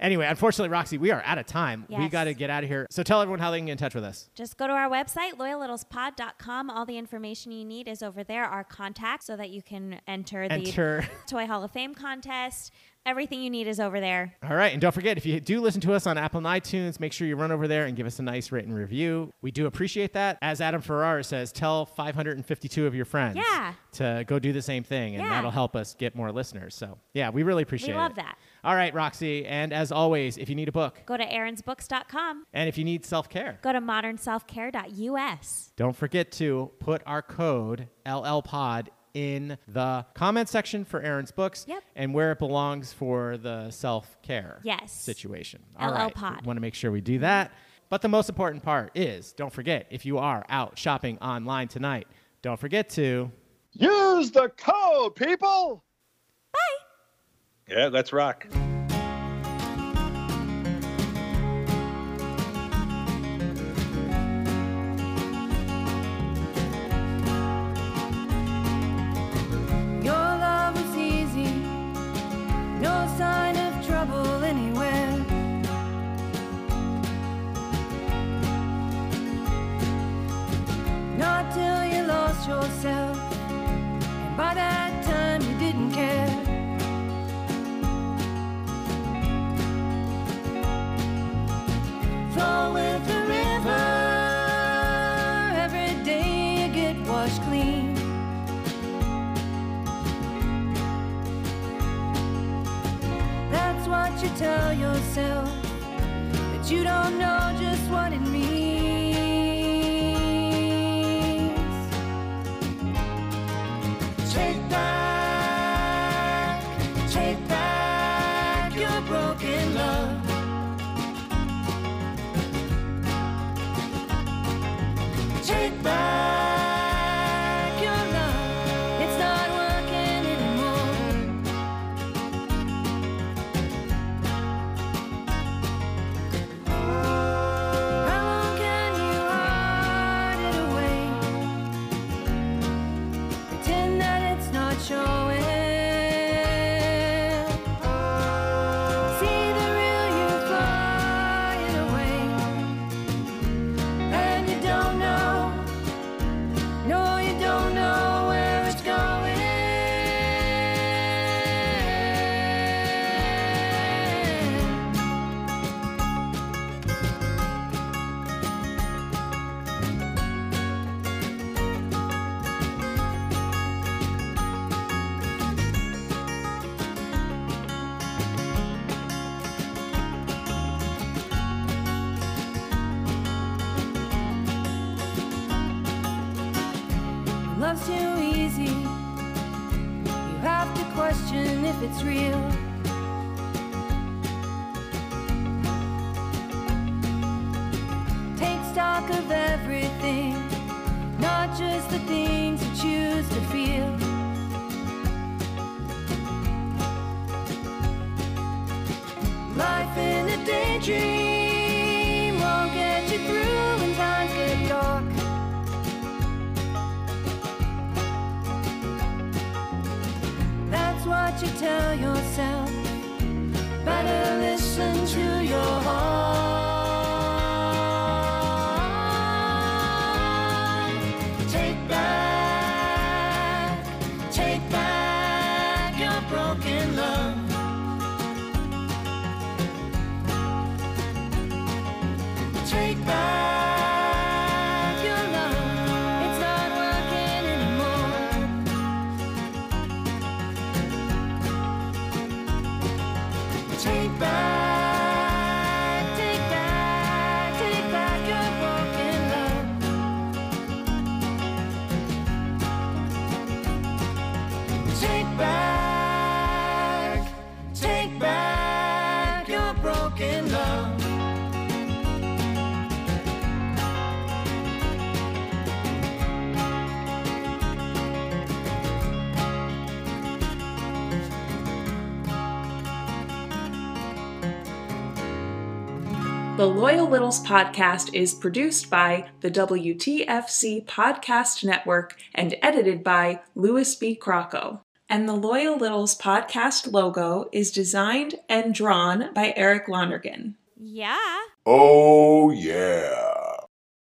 Anyway, unfortunately, Roxy, we are out of time. We Yes. got to get out of here. So tell everyone how they can get in touch with us. Just go to our website, loyallittlespod.com. All the information you need is over there, our contact, so that you can enter the Enter. Toy Hall of Fame contest. Everything you need is over there. All right. And don't forget, if you do listen to us on Apple and iTunes, make sure you run over there and give us a nice written review. We do appreciate that. As Adam Ferrara says, tell 552 of your friends Yeah. to go do the same thing, and Yeah. that'll help us get more listeners. So, yeah, we really appreciate it. love that. All right, Roxy. And as always, if you need a book Go to aaronsbooks.com. and if you need self care, Go to modernselfcare.us. Don't forget to put our code LLPOD in the comment section for Aaron's books Yep. and where it belongs for the self care Yes. situation. LLPOD. Want to make sure we do that. But the most important part is don't forget if you are out shopping online tonight, don't forget to. Use the code, people! Yeah, let's rock. Your love was easy, no sign of trouble anywhere. Not till you lost yourself, and by that time you didn't care. Flow with the river, every day you get washed clean. That's what you tell yourself, but you don't know just what it means. Take back, take back. Love's too easy. You have to question if it's real. Take stock of everything, not just the things you choose to feel. Life in a daydream won't get you through when times get dark. That's what you tell yourself. Better listen to your heart. Take back, take back your broken love. Take back your love. It's not working anymore. Take back, take back, take back your broken love. Take back, take back your broken love. The Loyal Littles podcast is produced by the WTFC Podcast Network and edited by Louis B. Crocco. And the Loyal Littles podcast logo is designed and drawn by Eric Lonergan. Yeah. Oh, yeah.